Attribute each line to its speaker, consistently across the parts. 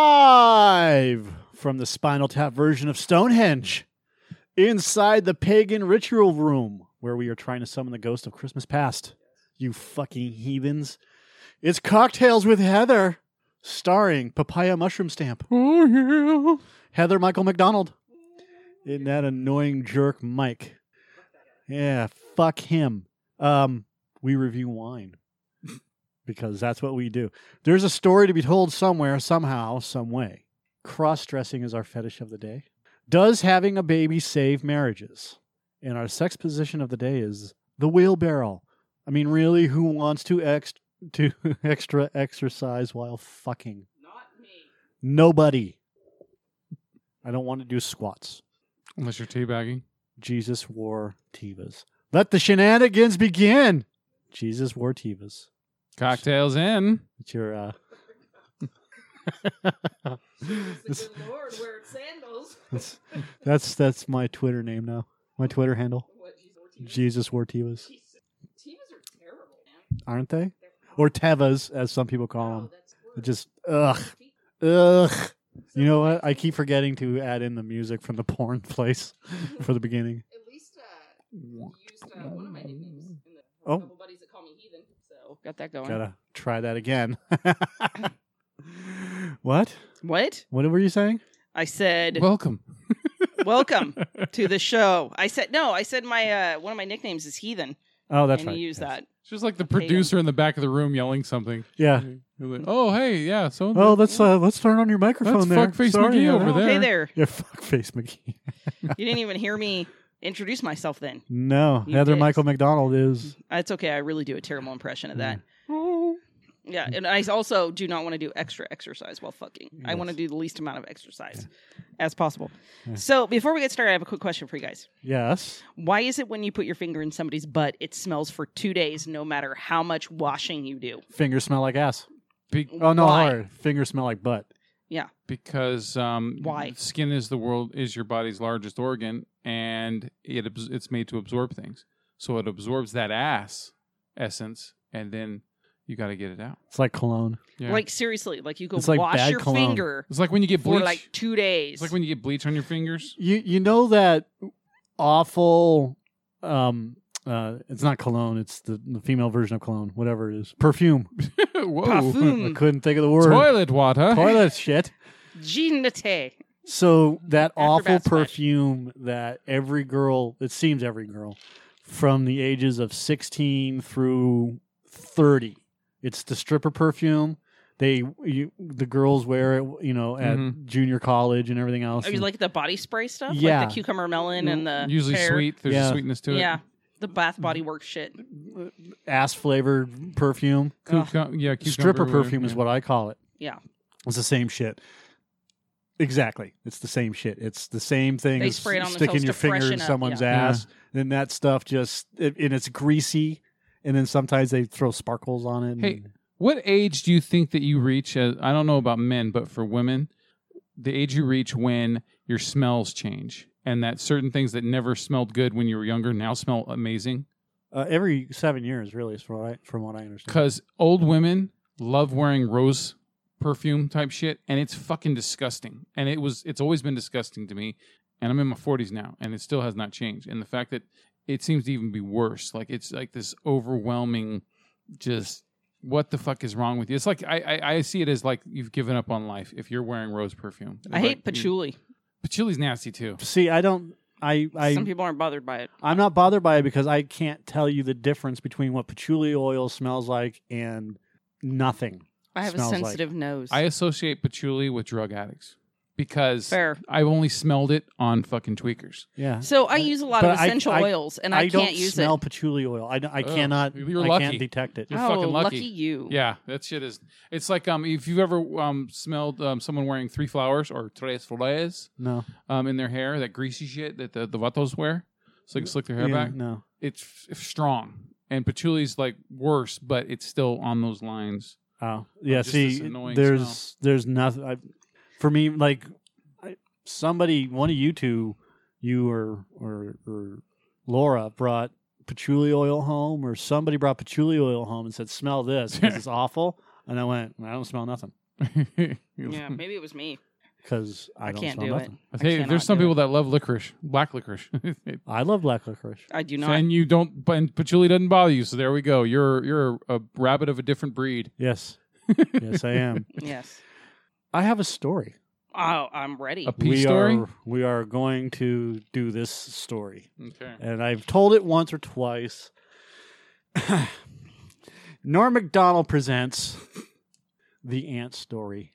Speaker 1: live from the Spinal Tap version of Stonehenge inside the pagan ritual room where we are trying to summon the ghost of Christmas past. You fucking heathens. It's Cocktails with Heather, starring Papaya Mushroom Stamp. Oh, yeah. Heather Michael McDonald. Isn't that annoying jerk, Mike? Yeah, fuck him. Um, we review wine because that's what we do. There's a story to be told somewhere, somehow, some way. Cross dressing is our fetish of the day. Does having a baby save marriages? And our sex position of the day is the wheelbarrow. I mean, really, who wants to ex to extra exercise while fucking?
Speaker 2: Not me.
Speaker 1: Nobody. I don't want to do squats.
Speaker 3: Unless you're teabagging.
Speaker 1: Jesus wore tivas. Let the shenanigans begin. Jesus wore tivas.
Speaker 3: Cocktails in.
Speaker 1: It's your uh It's-
Speaker 2: The good Lord wearing sandals.
Speaker 1: That's that's that's my Twitter name now. My Twitter handle.
Speaker 2: What, Jesus.
Speaker 1: Jesus wore Tevas,
Speaker 2: Jesus. Teams are terrible, man.
Speaker 1: aren't they?
Speaker 2: They're
Speaker 1: Or Tevas, as some people
Speaker 2: oh,
Speaker 1: call them.
Speaker 2: that's worse.
Speaker 1: Just ugh, ugh. You know what? I keep forgetting to add in the music from the porn place for the beginning.
Speaker 2: At least uh, you used uh, one of my nicknames. In the
Speaker 1: Oh.
Speaker 2: couple buddies that call me heathen. So got that going.
Speaker 1: Gotta try that again. what?
Speaker 2: What?
Speaker 1: What were you saying?
Speaker 2: I said
Speaker 3: Welcome.
Speaker 2: welcome to the show. I said no. I said my uh, one of my nicknames is heathen,
Speaker 1: Oh, that's
Speaker 2: and
Speaker 1: right.
Speaker 2: you use
Speaker 1: Yes.
Speaker 2: that.
Speaker 3: It's just like the
Speaker 2: Potato.
Speaker 3: producer in the back of the room yelling something.
Speaker 1: Yeah.
Speaker 3: You're like, oh, hey, yeah. So
Speaker 1: Oh, let's uh, let's turn on your microphone there.
Speaker 3: Fuckface
Speaker 1: Sorry,
Speaker 3: McGee
Speaker 1: Anna.
Speaker 3: over
Speaker 2: Okay,
Speaker 3: there.
Speaker 2: Oh, there.
Speaker 1: Yeah, fuckface McGee.
Speaker 2: You didn't even hear me introduce myself. Then
Speaker 1: No,
Speaker 2: You
Speaker 1: Heather
Speaker 2: did.
Speaker 1: Michael McDonald is
Speaker 2: Uh, it's okay. I really do a terrible impression of that.
Speaker 1: Mm.
Speaker 2: Yeah, and I also do not want to do extra exercise while fucking. I want to
Speaker 1: Yes.
Speaker 2: do the least amount of exercise as possible.
Speaker 1: Yeah.
Speaker 2: So before we get started, I have a quick question for you guys.
Speaker 1: yes.
Speaker 2: Why is it when you put your finger in somebody's butt, it smells for two days, no matter how much washing you do?
Speaker 1: Fingers smell like ass.
Speaker 3: Be-
Speaker 1: Oh no,
Speaker 2: Why?
Speaker 1: hard. Fingers smell like butt.
Speaker 3: because um,
Speaker 2: Why?
Speaker 3: Skin is the world is your body's largest organ, and it abs- it's made to absorb things. So it absorbs that ass essence, and then you got to get it out.
Speaker 1: It's like cologne.
Speaker 3: Yeah.
Speaker 2: Like seriously, like you go
Speaker 1: It's like
Speaker 2: wash
Speaker 1: bad
Speaker 2: your
Speaker 1: cologne.
Speaker 2: finger
Speaker 3: it's like when you get
Speaker 2: for
Speaker 3: bleach.
Speaker 2: like two days.
Speaker 3: it's like when you get bleach on your fingers.
Speaker 1: You you know that awful um uh it's not cologne, it's the, the female version of cologne, whatever it is. Perfume.
Speaker 3: Whoa.
Speaker 1: I
Speaker 2: Parfum.
Speaker 1: couldn't think of the word.
Speaker 3: Toilet water.
Speaker 1: Toilet shit.
Speaker 2: Jeanette.
Speaker 1: So that awful
Speaker 2: bath splash.
Speaker 1: perfume that every girl, it seems every girl from the ages of 16 through 30. It's the stripper perfume. They you, the girls wear it, you know, at
Speaker 3: Mhm.
Speaker 1: junior college and everything else.
Speaker 2: Are you like the body spray stuff?
Speaker 1: Yeah. Mm,
Speaker 2: Like the cucumber melon and the
Speaker 3: Usually
Speaker 2: pear?
Speaker 3: sweet. There's
Speaker 1: Yeah.
Speaker 3: a sweetness to it.
Speaker 2: Yeah. The
Speaker 1: Mm.
Speaker 2: bath body work shit.
Speaker 1: ass flavored perfume.
Speaker 3: Cucum- yeah, cucumber
Speaker 1: stripper
Speaker 3: or-
Speaker 1: perfume is
Speaker 3: yeah.
Speaker 1: what I call it.
Speaker 2: Yeah.
Speaker 1: It's the same shit. Exactly. It's the same shit. It's the same thing
Speaker 2: They
Speaker 1: as
Speaker 2: spray it on
Speaker 1: sticking
Speaker 2: themselves
Speaker 1: your
Speaker 2: to
Speaker 1: finger
Speaker 2: freshen
Speaker 1: in
Speaker 2: up,
Speaker 1: someone's
Speaker 3: yeah.
Speaker 1: ass. And that stuff just, it, and it's greasy. And then sometimes they throw sparkles on it.
Speaker 3: Hey,
Speaker 1: and-
Speaker 3: What age do you think that you reach? As, I don't know about men, but for women, the age you reach when your smells change and that certain things that never smelled good when you were younger now smell amazing.
Speaker 1: uh, every seven years, really, is from what I, from what I understand.
Speaker 3: Because old women love wearing rose perfume type shit, and it's fucking disgusting. And it was, it's always been disgusting to me. And I'm in my 40s now, and it still has not changed. And the fact that it seems to even be worse, like it's like this overwhelming, just what the fuck is wrong with you? It's like I, I, I see it as like you've given up on life if you're wearing rose perfume.
Speaker 2: I hate
Speaker 1: mm.
Speaker 3: Like, you-
Speaker 2: patchouli.
Speaker 3: Patchouli's nasty too.
Speaker 1: See, I don't, I, I,
Speaker 2: Some people aren't bothered by it.
Speaker 1: I'm not bothered by it because I can't tell you the difference between what patchouli oil smells like and nothing.
Speaker 2: I have a
Speaker 1: Smells like-
Speaker 2: sensitive nose.
Speaker 3: I associate patchouli with drug addicts because
Speaker 2: Fair.
Speaker 3: I've only smelled it on fucking tweakers.
Speaker 1: Yeah.
Speaker 2: So I use a lot
Speaker 1: But
Speaker 2: of
Speaker 1: I-
Speaker 2: essential
Speaker 1: I-
Speaker 2: oils, and I,
Speaker 1: don't
Speaker 2: can't use
Speaker 1: smell
Speaker 2: it.
Speaker 1: patchouli oil. I, I
Speaker 3: Ugh,
Speaker 1: cannot.
Speaker 3: you're
Speaker 1: I can't
Speaker 3: lucky.
Speaker 1: detect it.
Speaker 3: You're
Speaker 2: oh,
Speaker 3: fucking lucky.
Speaker 2: you!
Speaker 3: Yeah, that shit is. It's like um, if you've ever um smelled um someone wearing three flowers or tres flores
Speaker 1: No.
Speaker 3: um in their hair, that greasy shit that the the vatos wear, so they can slick their hair
Speaker 1: Yeah,
Speaker 3: back.
Speaker 1: No.
Speaker 3: It's, f strong, and patchouli's like worse, but it's still on those lines.
Speaker 1: Oh. Yeah.
Speaker 3: just this
Speaker 1: See,
Speaker 3: annoying
Speaker 1: there's there's nothing. I, for me, like I, somebody, one of you two, you or or or Laura brought patchouli oil home, or somebody brought patchouli oil home and said, "Smell this. This is awful." And I went, "I don't smell nothing."
Speaker 2: Yeah, maybe it was me.
Speaker 1: because I,
Speaker 2: I,
Speaker 1: don't
Speaker 2: can't
Speaker 1: smell
Speaker 2: do
Speaker 1: nothing.
Speaker 2: it.
Speaker 3: I tell you,
Speaker 2: cannot
Speaker 3: there's some
Speaker 2: do
Speaker 3: people
Speaker 2: it.
Speaker 3: that love licorice, black licorice,
Speaker 1: I love black licorice.
Speaker 2: I do not.
Speaker 3: and you don't. But patchouli doesn't bother you, so there we go. You're you're a rabbit of a different breed.
Speaker 1: Yes, yes, I am.
Speaker 2: yes.
Speaker 1: I have a story.
Speaker 2: Oh, I'm ready.
Speaker 3: A pea
Speaker 1: we
Speaker 3: story.
Speaker 1: are we are going to do this story,
Speaker 3: Okay.
Speaker 1: and I've told it once or twice. Norm Macdonald presents the ant story.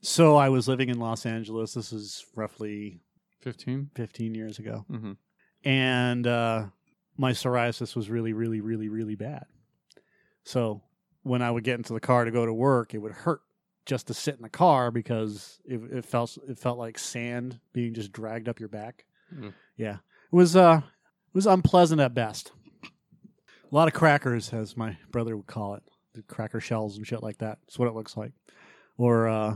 Speaker 1: So I was living in Los Angeles. This is roughly
Speaker 3: 15
Speaker 1: 15 years ago,
Speaker 3: Mm-hmm.
Speaker 1: and uh, my psoriasis was really, really, really, really bad. So when I would get into the car to go to work, it would hurt just to sit in the car because it, it felt it felt like sand being just dragged up your back.
Speaker 3: Mm.
Speaker 1: Yeah, it was uh, it was unpleasant at best. A lot of crackers, as my brother would call it, the cracker shells and shit like that. That's what it looks like, or uh,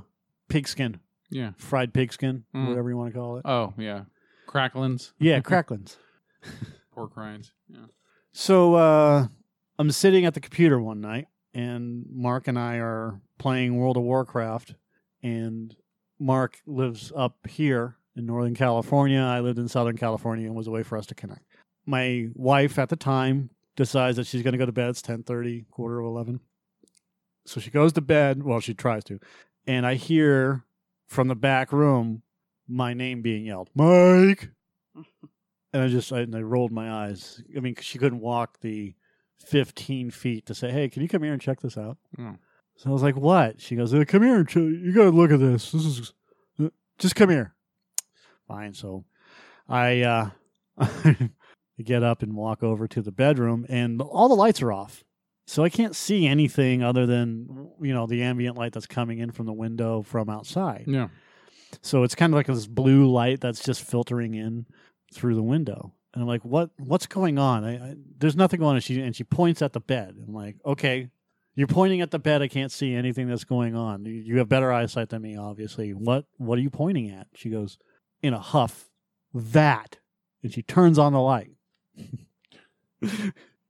Speaker 1: pigskin,
Speaker 3: Yeah.
Speaker 1: fried pigskin,
Speaker 3: Mm.
Speaker 1: whatever you want to call it.
Speaker 3: Oh yeah. Cracklins.
Speaker 1: Yeah, cracklins.
Speaker 3: Pork rinds. Yeah.
Speaker 1: So uh, I'm sitting at the computer one night, and Mark and I are playing World of Warcraft. And Mark lives up here in Northern California. I lived in Southern California, and was a way for us to connect. My wife at the time decides that she's going to go to bed. It's ten thirty, quarter of eleven. So she goes to bed. Well, she tries to, and I hear from the back room my name being yelled, Mike and I just I, and I rolled my eyes. I mean, 'cause she couldn't walk the fifteen feet to say, "Hey, can you come here and check this out?"
Speaker 3: Hmm.
Speaker 1: So I was like, "What?" She goes, "Uh, "Come here and ch- you got to look at this. This is uh, just come here." Fine. So I uh, I get up and walk over to the bedroom, and all the lights are off, so I can't see anything other than you know the ambient light that's coming in from the window from outside.
Speaker 3: Yeah.
Speaker 1: So it's kind of like this blue light that's just filtering in through the window. And I'm like, what? What's going on? I, I, there's nothing going on. She and she points at the bed. I'm like, okay, you're pointing at the bed. I can't see anything that's going on. You- You have better eyesight than me, obviously. What? What are you pointing at? She goes, in a huff, that. And she turns on the light.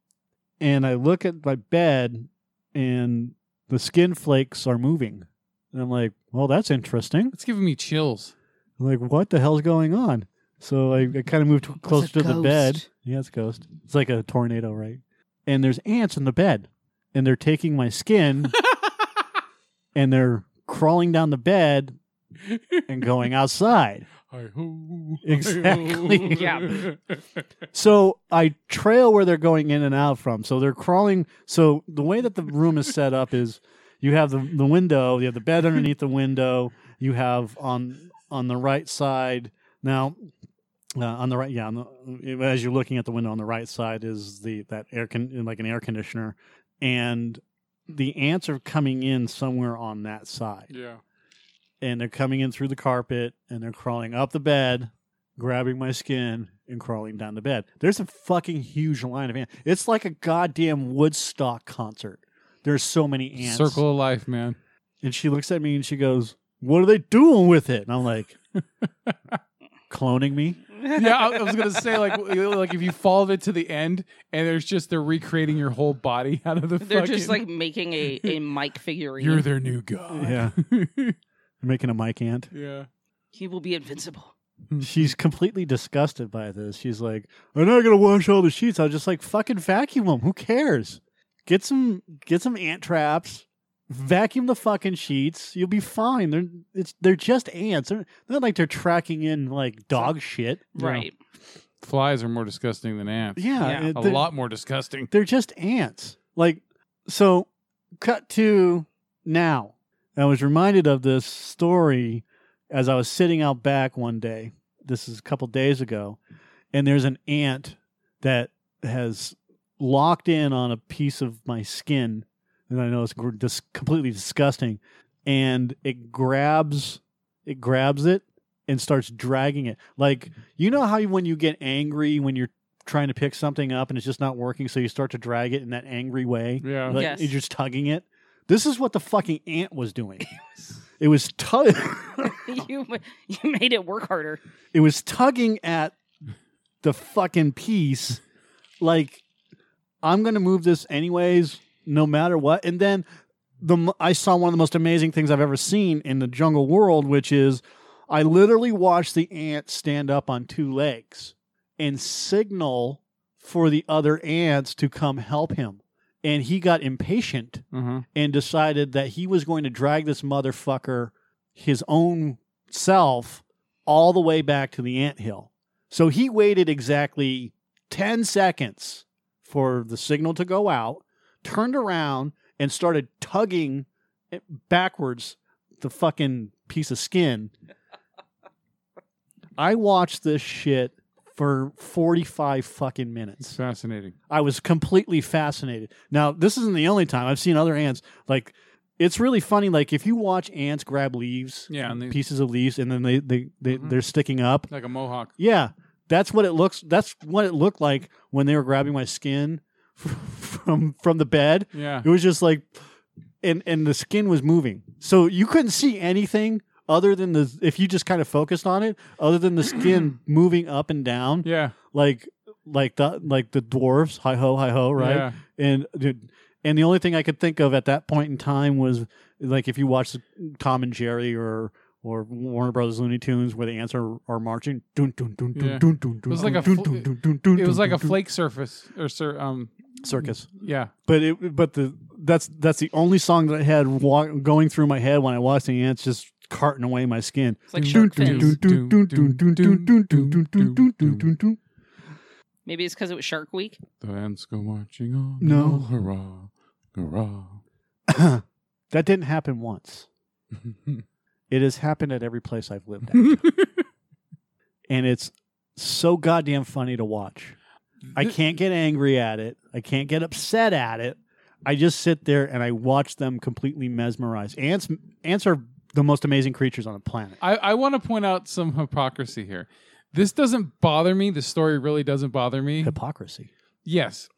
Speaker 1: and I look at my bed, and the skin flakes are moving. And I'm like, well, that's interesting.
Speaker 3: It's giving me chills.
Speaker 1: I'm like, what the hell's going on? So I, I kind of moved closer to the bed.
Speaker 2: ghost.
Speaker 1: Yeah, it's a ghost. It's like a tornado, right? And there's ants in the bed, and they're taking my skin, and they're crawling down the bed and going outside.
Speaker 3: Hi-ho,
Speaker 1: Exactly.
Speaker 3: hi-ho.
Speaker 1: So I trail where they're going in and out from. So they're crawling. So the way that the room is set up is you have the, the window, you have the bed underneath the window, you have on on the right side. Now, uh, on the right, yeah, on the, as you're looking at the window on the right side is the that air con like an air conditioner, and the ants are coming in somewhere on that side
Speaker 3: Yeah.
Speaker 1: and they're coming in through the carpet and they're crawling up the bed, grabbing my skin and crawling down the bed. There's a fucking huge line of ants. It's like a goddamn Woodstock concert. There's so many ants.
Speaker 3: Circle of life, man.
Speaker 1: And she looks at me and she goes, "What are they doing with it?" And I'm like, "Cloning me."
Speaker 3: yeah, I, I was gonna say like w- like if you follow it to the end and there's just they're recreating your whole body out of the.
Speaker 2: They're just
Speaker 3: fucking-
Speaker 2: like making a, a Mike figurine.
Speaker 3: you're their new god.
Speaker 1: Yeah, making a mic ant.
Speaker 3: yeah.
Speaker 2: he will be invincible.
Speaker 1: She's completely disgusted by this. She's like, "I'm not gonna wash all the sheets. I'll just like fucking vacuum them. Who cares? Get some get some ant traps. Vacuum the fucking sheets. You'll be fine. They're it's they're just ants. They're not like they're tracking in like dog shit.
Speaker 2: Right.
Speaker 3: Flies are more disgusting than ants.
Speaker 1: Yeah,
Speaker 2: Yeah.
Speaker 1: it-
Speaker 3: A
Speaker 1: they're-
Speaker 3: lot more disgusting.
Speaker 1: They're just ants. Like so. Cut to now. I was reminded of this story as I was sitting out back one day. This is a couple days ago, and there's an ant that has locked in on a piece of my skin, and I know it's gr- dis- completely disgusting. And it grabs, it grabs it and starts dragging it. Like you know how you- when you get angry when you're trying to pick something up and it's just not working, so you start to drag it in that angry way.
Speaker 3: Yeah.
Speaker 1: Like
Speaker 2: Yes.
Speaker 1: you're just tugging it. This is what the fucking ant was doing. it was tug
Speaker 2: you you made it work harder.
Speaker 1: it was tugging at the fucking piece like I'm going to move this anyways no matter what. And then the m- I saw one of the most amazing things I've ever seen in the jungle world, which is I literally watched the ant stand up on two legs and signal for the other ants to come help him. And he got impatient
Speaker 3: Uh-huh.
Speaker 1: and decided that he was going to drag this motherfucker, his own self, all the way back to the anthill. So he waited exactly 10 seconds for the signal to go out, turned around, and started tugging it backwards the fucking piece of skin. I watched this shit for 45 fucking minutes.
Speaker 3: It's fascinating.
Speaker 1: I was completely fascinated. Now, this isn't the only time I've seen other ants. Like, it's really funny. Like, if you watch ants grab leaves,
Speaker 3: Yeah, and they-
Speaker 1: pieces of leaves, and then they they, they
Speaker 3: Mhm.
Speaker 1: they're sticking up.
Speaker 3: Like a mohawk.
Speaker 1: Yeah, that's what it looks. That's what it looked like when they were grabbing my skin from from the bed.
Speaker 3: Yeah.
Speaker 1: It was just like, and and the skin was moving, so you couldn't see anything other than the if you just kind of focused on it, other than the skin moving up and down
Speaker 3: Yeah.
Speaker 1: like like the like the dwarves hi ho hi ho right
Speaker 3: Yeah.
Speaker 1: and dude, and the only thing i could think of at that point in time was like if you watch tom and jerry or or Warner Brothers Looney Tunes, where the ants are, are marching. Dun, dun, dun, dun,
Speaker 3: Yeah.
Speaker 1: dun, dun, dun,
Speaker 3: was like a
Speaker 1: dun,
Speaker 3: fl-
Speaker 1: dun, dun, dun, dun,
Speaker 3: It was
Speaker 1: dun,
Speaker 3: like
Speaker 1: dun,
Speaker 3: a
Speaker 1: dun.
Speaker 3: flake surface or sir um
Speaker 1: circus.
Speaker 3: yeah.
Speaker 1: But it, but the that's that's the only song that I had wa- going through my head when I watched the ants just carting away my skin.
Speaker 2: It's like
Speaker 1: Dun,
Speaker 2: shark
Speaker 1: dun,
Speaker 2: fins.
Speaker 1: dun, dun, dun, dun, dun, dun, dun, dun, dun, dun, dun, dun, dun.
Speaker 2: Maybe it's because it was Shark Week.
Speaker 3: The ants go marching on.
Speaker 1: No.
Speaker 3: Oh, hurrah. Hurrah.
Speaker 1: That didn't happen once. It has happened at every place I've lived at. and it's so goddamn funny to watch. I can't get angry at it. I can't get upset at it. I just sit there and I watch them completely mesmerized. Ants ants are the most amazing creatures on the planet.
Speaker 3: I, I want to point out some hypocrisy here. This doesn't bother me. The story really doesn't bother me.
Speaker 1: Hypocrisy.
Speaker 3: Yes.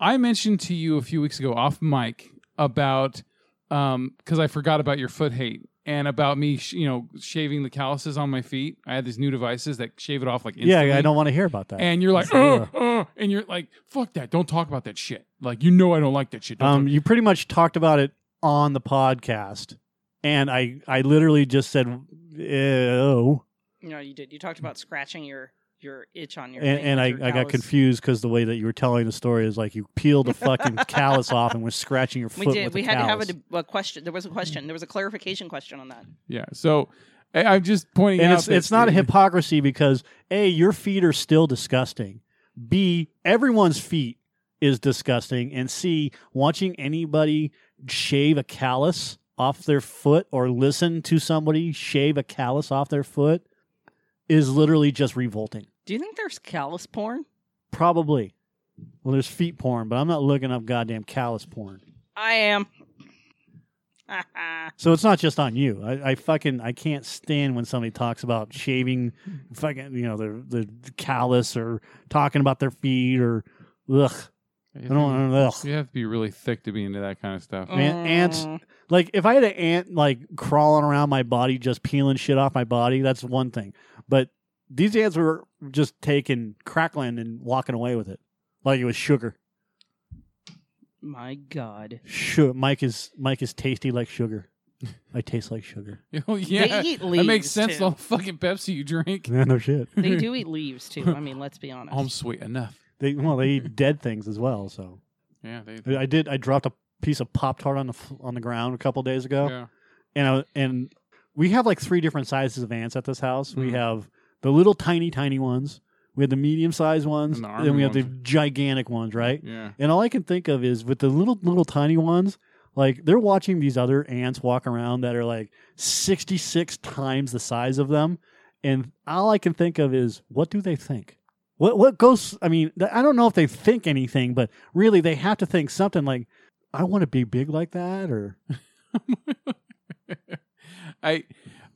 Speaker 3: I mentioned to you a few weeks ago off mic about um cuz I forgot about your foot hate and about me, sh- you know, shaving the calluses on my feet. I had these new devices that shave it off like instantly.
Speaker 1: Yeah, I don't want to hear about that.
Speaker 3: And you're like,
Speaker 1: Yeah.
Speaker 3: "Ugh, ugh," and you're like, fuck that. Don't talk about that shit. Like, you know I don't like that shit. Don't
Speaker 1: um,
Speaker 3: talk-
Speaker 1: you pretty much talked about it on the podcast, and I I literally just said, "Ew."
Speaker 2: No, you did. You talked about scratching your your itch on your
Speaker 1: and,
Speaker 2: thing
Speaker 1: and
Speaker 2: with
Speaker 1: I,
Speaker 2: your
Speaker 1: I got
Speaker 2: callus.
Speaker 1: confused because the way that you were telling the story is like you peeled the fucking callus off and was scratching your
Speaker 2: We
Speaker 1: foot
Speaker 2: did.
Speaker 1: with
Speaker 2: We
Speaker 1: the
Speaker 2: had to have a,
Speaker 1: callus.
Speaker 2: deb- a question. There was a question. There was a clarification question on that.
Speaker 3: yeah. So I, I'm just pointing
Speaker 1: and
Speaker 3: out.
Speaker 1: it's
Speaker 3: that-
Speaker 1: it's not a hypocrisy because a your feet are still disgusting. B everyone's feet is disgusting, and C watching anybody shave a callus off their foot or listen to somebody shave a callus off their foot is literally just revolting.
Speaker 2: Do you think there's callus porn?
Speaker 1: Probably. Well, there's feet porn, but I'm not looking up goddamn callus porn.
Speaker 2: I am. Mm.
Speaker 1: So it's not just on you. I, I fucking I can't stand when somebody talks about shaving, fucking you know their the callus or talking about their feet or ugh. I don't want ugh.
Speaker 3: You have to be really thick to be into that kind of stuff.
Speaker 1: Man, ants- Like if I had an ant like crawling around my body, just peeling shit off my body, that's one thing. But these ants were just taking crackling and walking away with it, like it was sugar.
Speaker 2: My God.
Speaker 1: Sure, Mike is Mike is tasty like sugar. I taste like sugar.
Speaker 3: Oh, yeah.
Speaker 2: They eat leaves.
Speaker 3: That makes sense. The
Speaker 2: Too.
Speaker 3: whole fucking Pepsi you drink.
Speaker 1: Yeah, no shit.
Speaker 2: they do eat leaves too. I mean, let's be honest.
Speaker 3: I'm sweet enough.
Speaker 1: They well they eat dead things as well. So.
Speaker 3: Yeah. They,
Speaker 1: I did. I dropped a piece of pop tart on the f- on the ground a couple days ago,
Speaker 3: yeah.
Speaker 1: and I, and we have like three different sizes of ants at this house. We
Speaker 3: Mhm.
Speaker 1: have the little tiny tiny ones. We have the medium sized ones,
Speaker 3: And the
Speaker 1: then we
Speaker 3: army
Speaker 1: have the
Speaker 3: ones.
Speaker 1: gigantic ones, right?
Speaker 3: Yeah.
Speaker 1: And all I can think of is with the little little tiny ones, like they're watching these other ants walk around that are like sixty six times the size of them, and all I can think of is what do they think? What what goes? I mean, th- I don't know if they think anything, but really they have to think something like, I want to be big like that, or
Speaker 3: I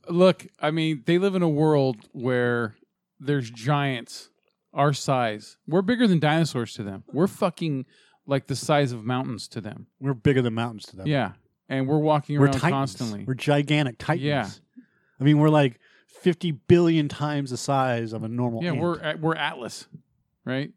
Speaker 3: look. I mean, they live in a world where there's giants our size. We're bigger than dinosaurs to them. We're fucking like the size of mountains to them.
Speaker 1: we're bigger than mountains to them.
Speaker 3: Yeah, and we're walking
Speaker 1: we're
Speaker 3: around
Speaker 1: titans.
Speaker 3: constantly.
Speaker 1: We're gigantic titans.
Speaker 3: Yeah.
Speaker 1: I mean, we're like fifty billion times the size of a normal.
Speaker 3: yeah,
Speaker 1: ant.
Speaker 3: we're at- we're Atlas, right?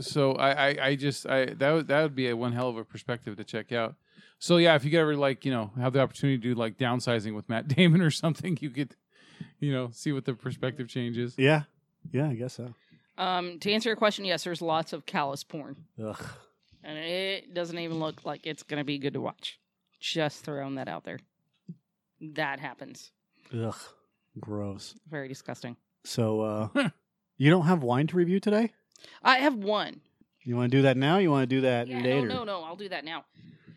Speaker 3: So I, I, I just I that would that would be a one hell of a perspective to check out. So yeah, if you could ever like you know have the opportunity to do like downsizing with Matt Damon or something, you could you know see what the perspective change is.
Speaker 1: Yeah. Yeah, I guess so.
Speaker 2: Um, to answer your question, yes, there's lots of callous porn,
Speaker 1: Ugh.
Speaker 2: and it doesn't even look like it's gonna be good to watch. Just throwing that out there. That happens.
Speaker 1: Ugh. Gross.
Speaker 2: Very disgusting.
Speaker 1: So uh you don't have wine to review today?
Speaker 2: I have one.
Speaker 1: You want to do that now? You want to do that
Speaker 2: Yeah, no,
Speaker 1: later?
Speaker 2: no, no. I'll do that now.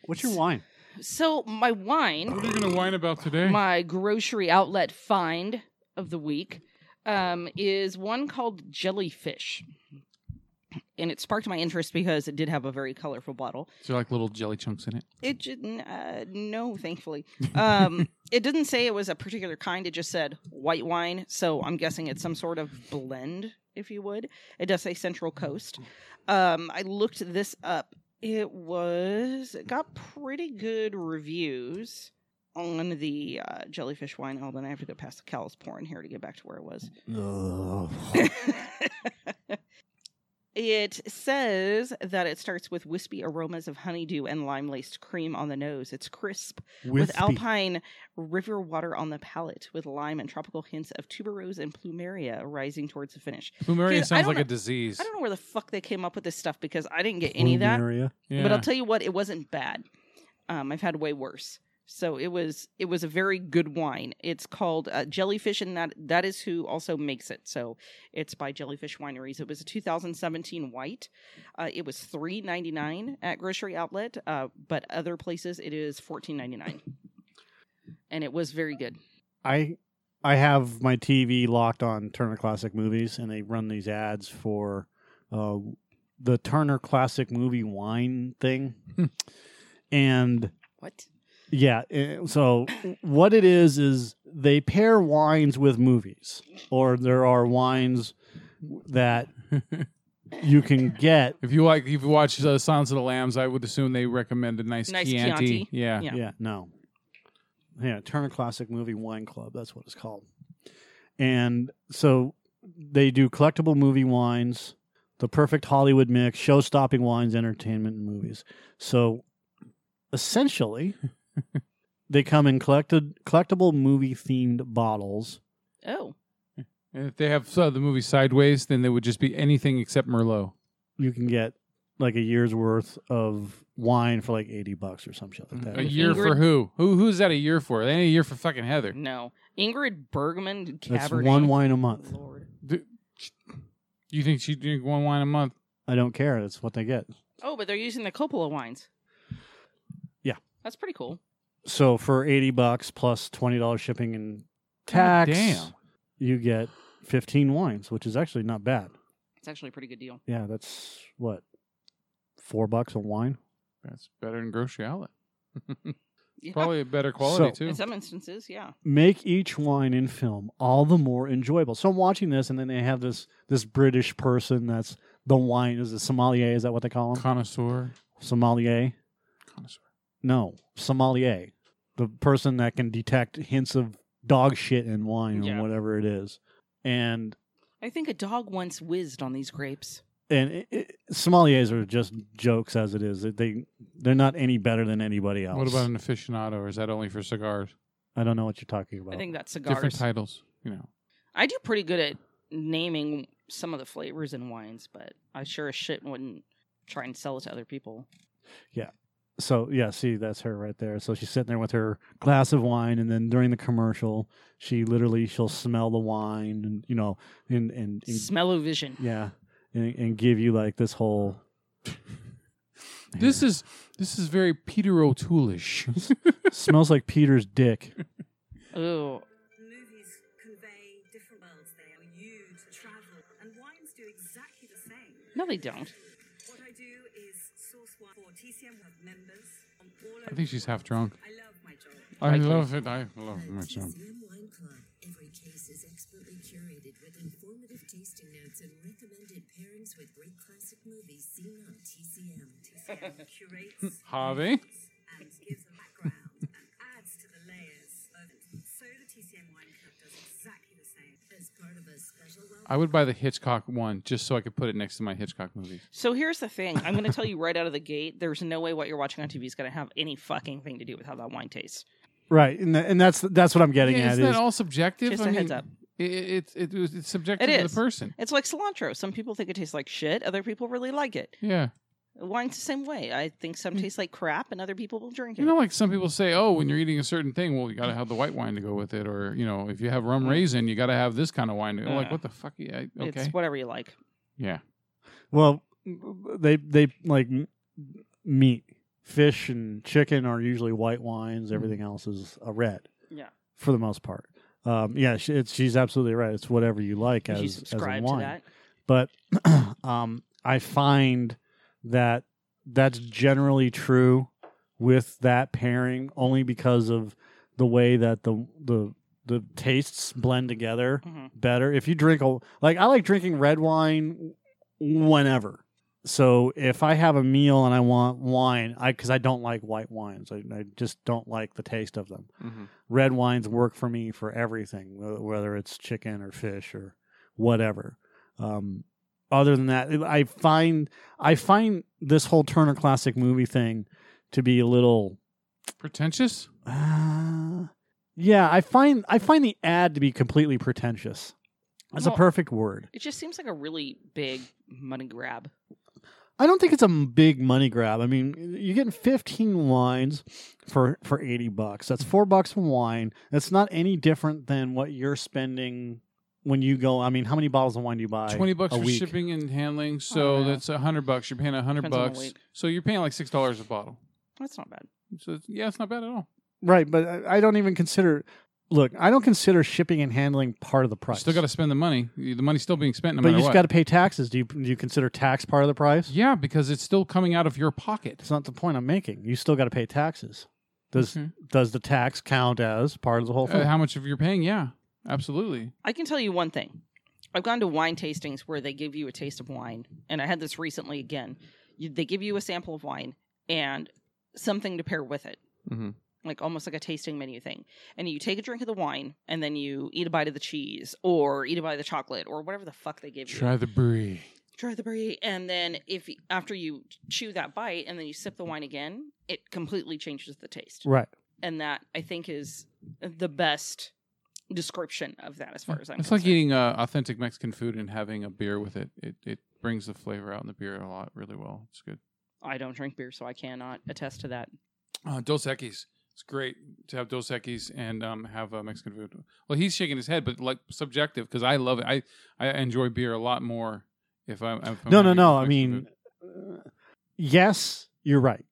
Speaker 1: What's your wine?
Speaker 2: So my wine,
Speaker 3: What are you gonna whine about today?
Speaker 2: my grocery outlet find of the week, um, is one called Jellyfish, and it sparked my interest because it did have a very colorful bottle.
Speaker 3: Is there like little jelly chunks in it?
Speaker 2: It j- n- uh, no, thankfully, um, it didn't say it was a particular kind. It just said white wine, so I'm guessing it's some sort of blend, if you would. It does say Central Coast. Um, I looked this up. It was it got pretty good reviews on the uh, jellyfish wine. Hold on, I have to go past the callus porn here to get back to where it was.
Speaker 1: Ugh.
Speaker 2: it says that it starts with wispy aromas of honeydew and lime laced cream on the nose. It's crisp with
Speaker 1: Wispy.
Speaker 2: alpine river water on the palate, with lime and tropical hints of tuberose and plumeria rising towards the finish. Dude, I
Speaker 3: Plumeria sounds
Speaker 2: don't
Speaker 3: like
Speaker 2: know-
Speaker 3: a disease.
Speaker 2: I don't know where the fuck they came up with this stuff because I didn't get any of that.
Speaker 1: Plumeria.
Speaker 3: Yeah.
Speaker 2: But I'll tell you what, it wasn't bad. Um, I've had way worse. So it was it was a very good wine. It's called uh, Jellyfish, and that that is who also makes it. So it's by Jellyfish Wineries. It was a 2017 white. Uh, it was 3.99 at grocery outlet, uh, but other places it is 14.99. And it was very good.
Speaker 1: I I have my TV locked on Turner Classic Movies, and they run these ads for uh, the Turner Classic Movie wine thing. and
Speaker 2: What?
Speaker 1: yeah, eh, so what it is is they pair wines with movies, or there are wines that you can get.
Speaker 3: if you like, if you've watched uh, Silence of the Lambs, I would assume they recommend a nice,
Speaker 2: Nice
Speaker 3: Chianti.
Speaker 2: Chianti.
Speaker 3: Yeah.
Speaker 2: Yeah.
Speaker 1: Yeah, no. Yeah, Turner Classic Movie Wine Club. That's what it's called. And so they do collectible movie wines, the perfect Hollywood mix, show stopping wines, entertainment, and movies. So essentially, they come in collected, collectible movie themed bottles.
Speaker 2: Oh,
Speaker 3: And if they have uh, the movie Sideways, then they would just be anything except Merlot.
Speaker 1: You can get like a year's worth of wine for like 80 bucks or some shit like that.
Speaker 3: Mm-hmm. A year
Speaker 2: Ingrid-
Speaker 3: for who? Who? Who's that a year for? They ain't a year for fucking Heather.
Speaker 2: no. Ingrid Bergman Cabernet.
Speaker 1: That's one wine a month.
Speaker 2: Lord.
Speaker 3: You think she drink one wine a month?
Speaker 1: I don't care. That's what they get.
Speaker 2: Oh, but they're using the Coppola wines.
Speaker 1: Yeah.
Speaker 2: That's pretty cool.
Speaker 1: So for eighty bucks plus twenty dollars shipping and tax,
Speaker 3: damn.
Speaker 1: you get fifteen wines, which is actually not bad.
Speaker 2: It's actually a pretty good deal.
Speaker 1: Yeah, that's what four bucks a wine.
Speaker 3: That's better than grocery outlet.
Speaker 2: Yeah.
Speaker 3: Probably a better quality
Speaker 1: So-
Speaker 2: In
Speaker 3: too.
Speaker 2: some instances, yeah.
Speaker 1: Make each wine in film all the more enjoyable. So I'm watching this, and then they have this this British person that's the wine is a sommelier. Is that what they call him?
Speaker 3: Connoisseur.
Speaker 1: sommelier?
Speaker 3: Connoisseur.
Speaker 1: No, sommelier. The person that can detect hints of dog shit in wine
Speaker 2: Yeah.
Speaker 1: or whatever it is, and
Speaker 2: I think a dog once whizzed on these grapes.
Speaker 1: and it, it, sommeliers are just jokes as it is. They they're not any better than anybody else.
Speaker 3: What about an aficionado? Or is that only for cigars?
Speaker 1: I don't know what you're talking about.
Speaker 2: I think that's
Speaker 3: Different
Speaker 2: cigars.
Speaker 3: titles. You know.
Speaker 2: I do pretty good at naming some of the flavors in wines, but I sure as shit wouldn't try and sell it to other people.
Speaker 1: so. Yeah, see, that's her right there. So she's sitting there with her glass of wine, and then during the commercial, she literally she'll smell the wine, and you know, and and, and
Speaker 2: Smell-o-vision.
Speaker 1: yeah, and, and give you like this whole.
Speaker 3: This is this is very Peter O'Toole-ish.
Speaker 1: smells like Peter's dick.
Speaker 2: Ooh.
Speaker 4: Movies convey different worlds. They are you to travel, and wines do exactly the same.
Speaker 2: No, they don't.
Speaker 4: What I do is source wine for TCM with members from all
Speaker 3: I
Speaker 4: over.
Speaker 3: think she's half drunk.
Speaker 4: I love my job.
Speaker 3: I love it. I love myself.
Speaker 4: TCM Wine Club. Every case is expertly curated with informative tasting notes and recommended pairings with great classic movies seen on TCM. TCM curates
Speaker 3: Harvey.
Speaker 4: and gives a background and adds to the layers. of- So the TCM Wine Club does exactly the As part of a special welcome,
Speaker 3: I would buy the Hitchcock one just so I could put it next to my Hitchcock movies.
Speaker 2: So here's the thing. I'm going to tell you right out of the gate. There's no way what you're watching on TV is going to have any fucking thing to do with how that wine tastes.
Speaker 1: Right, and tha- and that's that's what I'm getting
Speaker 3: Yeah,
Speaker 1: at
Speaker 3: isn't
Speaker 1: is
Speaker 3: that all subjective?
Speaker 2: Just
Speaker 3: I
Speaker 2: a
Speaker 3: mean,
Speaker 2: heads up.
Speaker 3: i- i- it's it, was it's subjective
Speaker 2: It
Speaker 3: to
Speaker 2: is.
Speaker 3: the person.
Speaker 2: It's like cilantro. Some people think it tastes like shit. Other people really like it.
Speaker 3: Yeah,
Speaker 2: Wine's the same way. I think some taste like crap, and other people will drink it.
Speaker 3: Mm. you know, like some people say, oh, when you're eating a certain thing, well, you got to have the white wine to go with it, or you know, if you have rum raisin, you got to have this kind of wine. I'm like,
Speaker 2: Uh,
Speaker 3: what the fuck? Yeah, I- okay,
Speaker 2: Mm. It's whatever you like.
Speaker 3: yeah,
Speaker 1: well, they they like m- meat, fish, and chicken are usually white wines. Everything else is a red.
Speaker 2: Yeah.
Speaker 1: for the most part. Um, yeah, she, it's, she's absolutely right. It's whatever you like
Speaker 2: if you
Speaker 1: as as a
Speaker 2: subscribe to
Speaker 1: wine.
Speaker 2: that.
Speaker 1: but um, I find that that's generally true with that pairing only because of the way that the the the tastes blend together
Speaker 2: Mhm.
Speaker 1: better. If you drink a like I like drinking red wine whenever. So if I have a meal and I want wine, I because I don't like white wines, I, I just don't like the taste of them red wines work for me for everything, wh- whether it's chicken or fish or whatever. Um, other than that, I find I find this whole Turner Classic movie thing to be a little,
Speaker 3: pretentious.
Speaker 1: uh, yeah. I find I find the ad to be completely pretentious. That's a
Speaker 2: Well-
Speaker 1: perfect word.
Speaker 2: It just seems like a really big money grab.
Speaker 1: I don't think it's a m- big money grab. I mean, you're getting 15 wines for for 80 bucks. That's four bucks a wine. That's not any different than what you're spending when you go. I mean, how many bottles of wine do you buy?
Speaker 3: Twenty bucks
Speaker 1: a
Speaker 3: for
Speaker 1: week?
Speaker 3: shipping and handling, so
Speaker 2: Oh, yeah.
Speaker 3: that's a hundred bucks. You're paying a hundred
Speaker 2: Depends on the
Speaker 3: bucks,
Speaker 2: week.
Speaker 3: so you're paying like six dollars a bottle.
Speaker 2: That's not bad.
Speaker 3: So it's, yeah, it's not bad at all.
Speaker 1: Right, but I I don't even consider. Look, I don't consider shipping and handling part of the price.
Speaker 3: You still got to spend the money. The money's still being spent no
Speaker 1: but you
Speaker 3: matter
Speaker 1: just
Speaker 3: what.
Speaker 1: got to pay taxes. Do you do you consider tax part of the price?
Speaker 3: yeah, because it's still coming out of your pocket.
Speaker 1: It's not the point I'm making. You still got to pay taxes. Does
Speaker 3: Okay.
Speaker 1: does the tax count as part of the whole thing?
Speaker 3: Mm-hmm. Uh, how much of you're paying? Yeah, absolutely.
Speaker 2: I can tell you one thing. I've gone to wine tastings where they give you a taste of wine, and I had this recently again. You, they give you a sample of wine and something to pair with it,
Speaker 1: Mm-hmm.
Speaker 3: Mhm.
Speaker 2: like almost like a tasting menu thing. And you take a drink of the wine, and then you eat a bite of the cheese, or eat a bite of the chocolate, or whatever the fuck they give you.
Speaker 3: Try the brie.
Speaker 2: Try the brie, and then if after you chew that bite, and then you sip the wine again, it completely changes the taste
Speaker 1: right.
Speaker 2: and that I think is the best description of that as far as I'm
Speaker 3: It's
Speaker 2: concerned.
Speaker 3: like eating uh, authentic Mexican food and having a beer with it. It it brings the flavor out in the beer a lot really well. It's good.
Speaker 2: I don't drink beer, so I cannot attest to that.
Speaker 3: Uh, Dos Equis. It's great to have Dos Equis and um, have uh, Mexican food. Well, he's shaking his head, but like subjective because I love it. I, I enjoy beer a lot more if I'm. If I'm
Speaker 1: No, no,
Speaker 3: having
Speaker 1: no. I
Speaker 3: Mexican
Speaker 1: mean,
Speaker 3: food.
Speaker 1: uh, yes, you're right.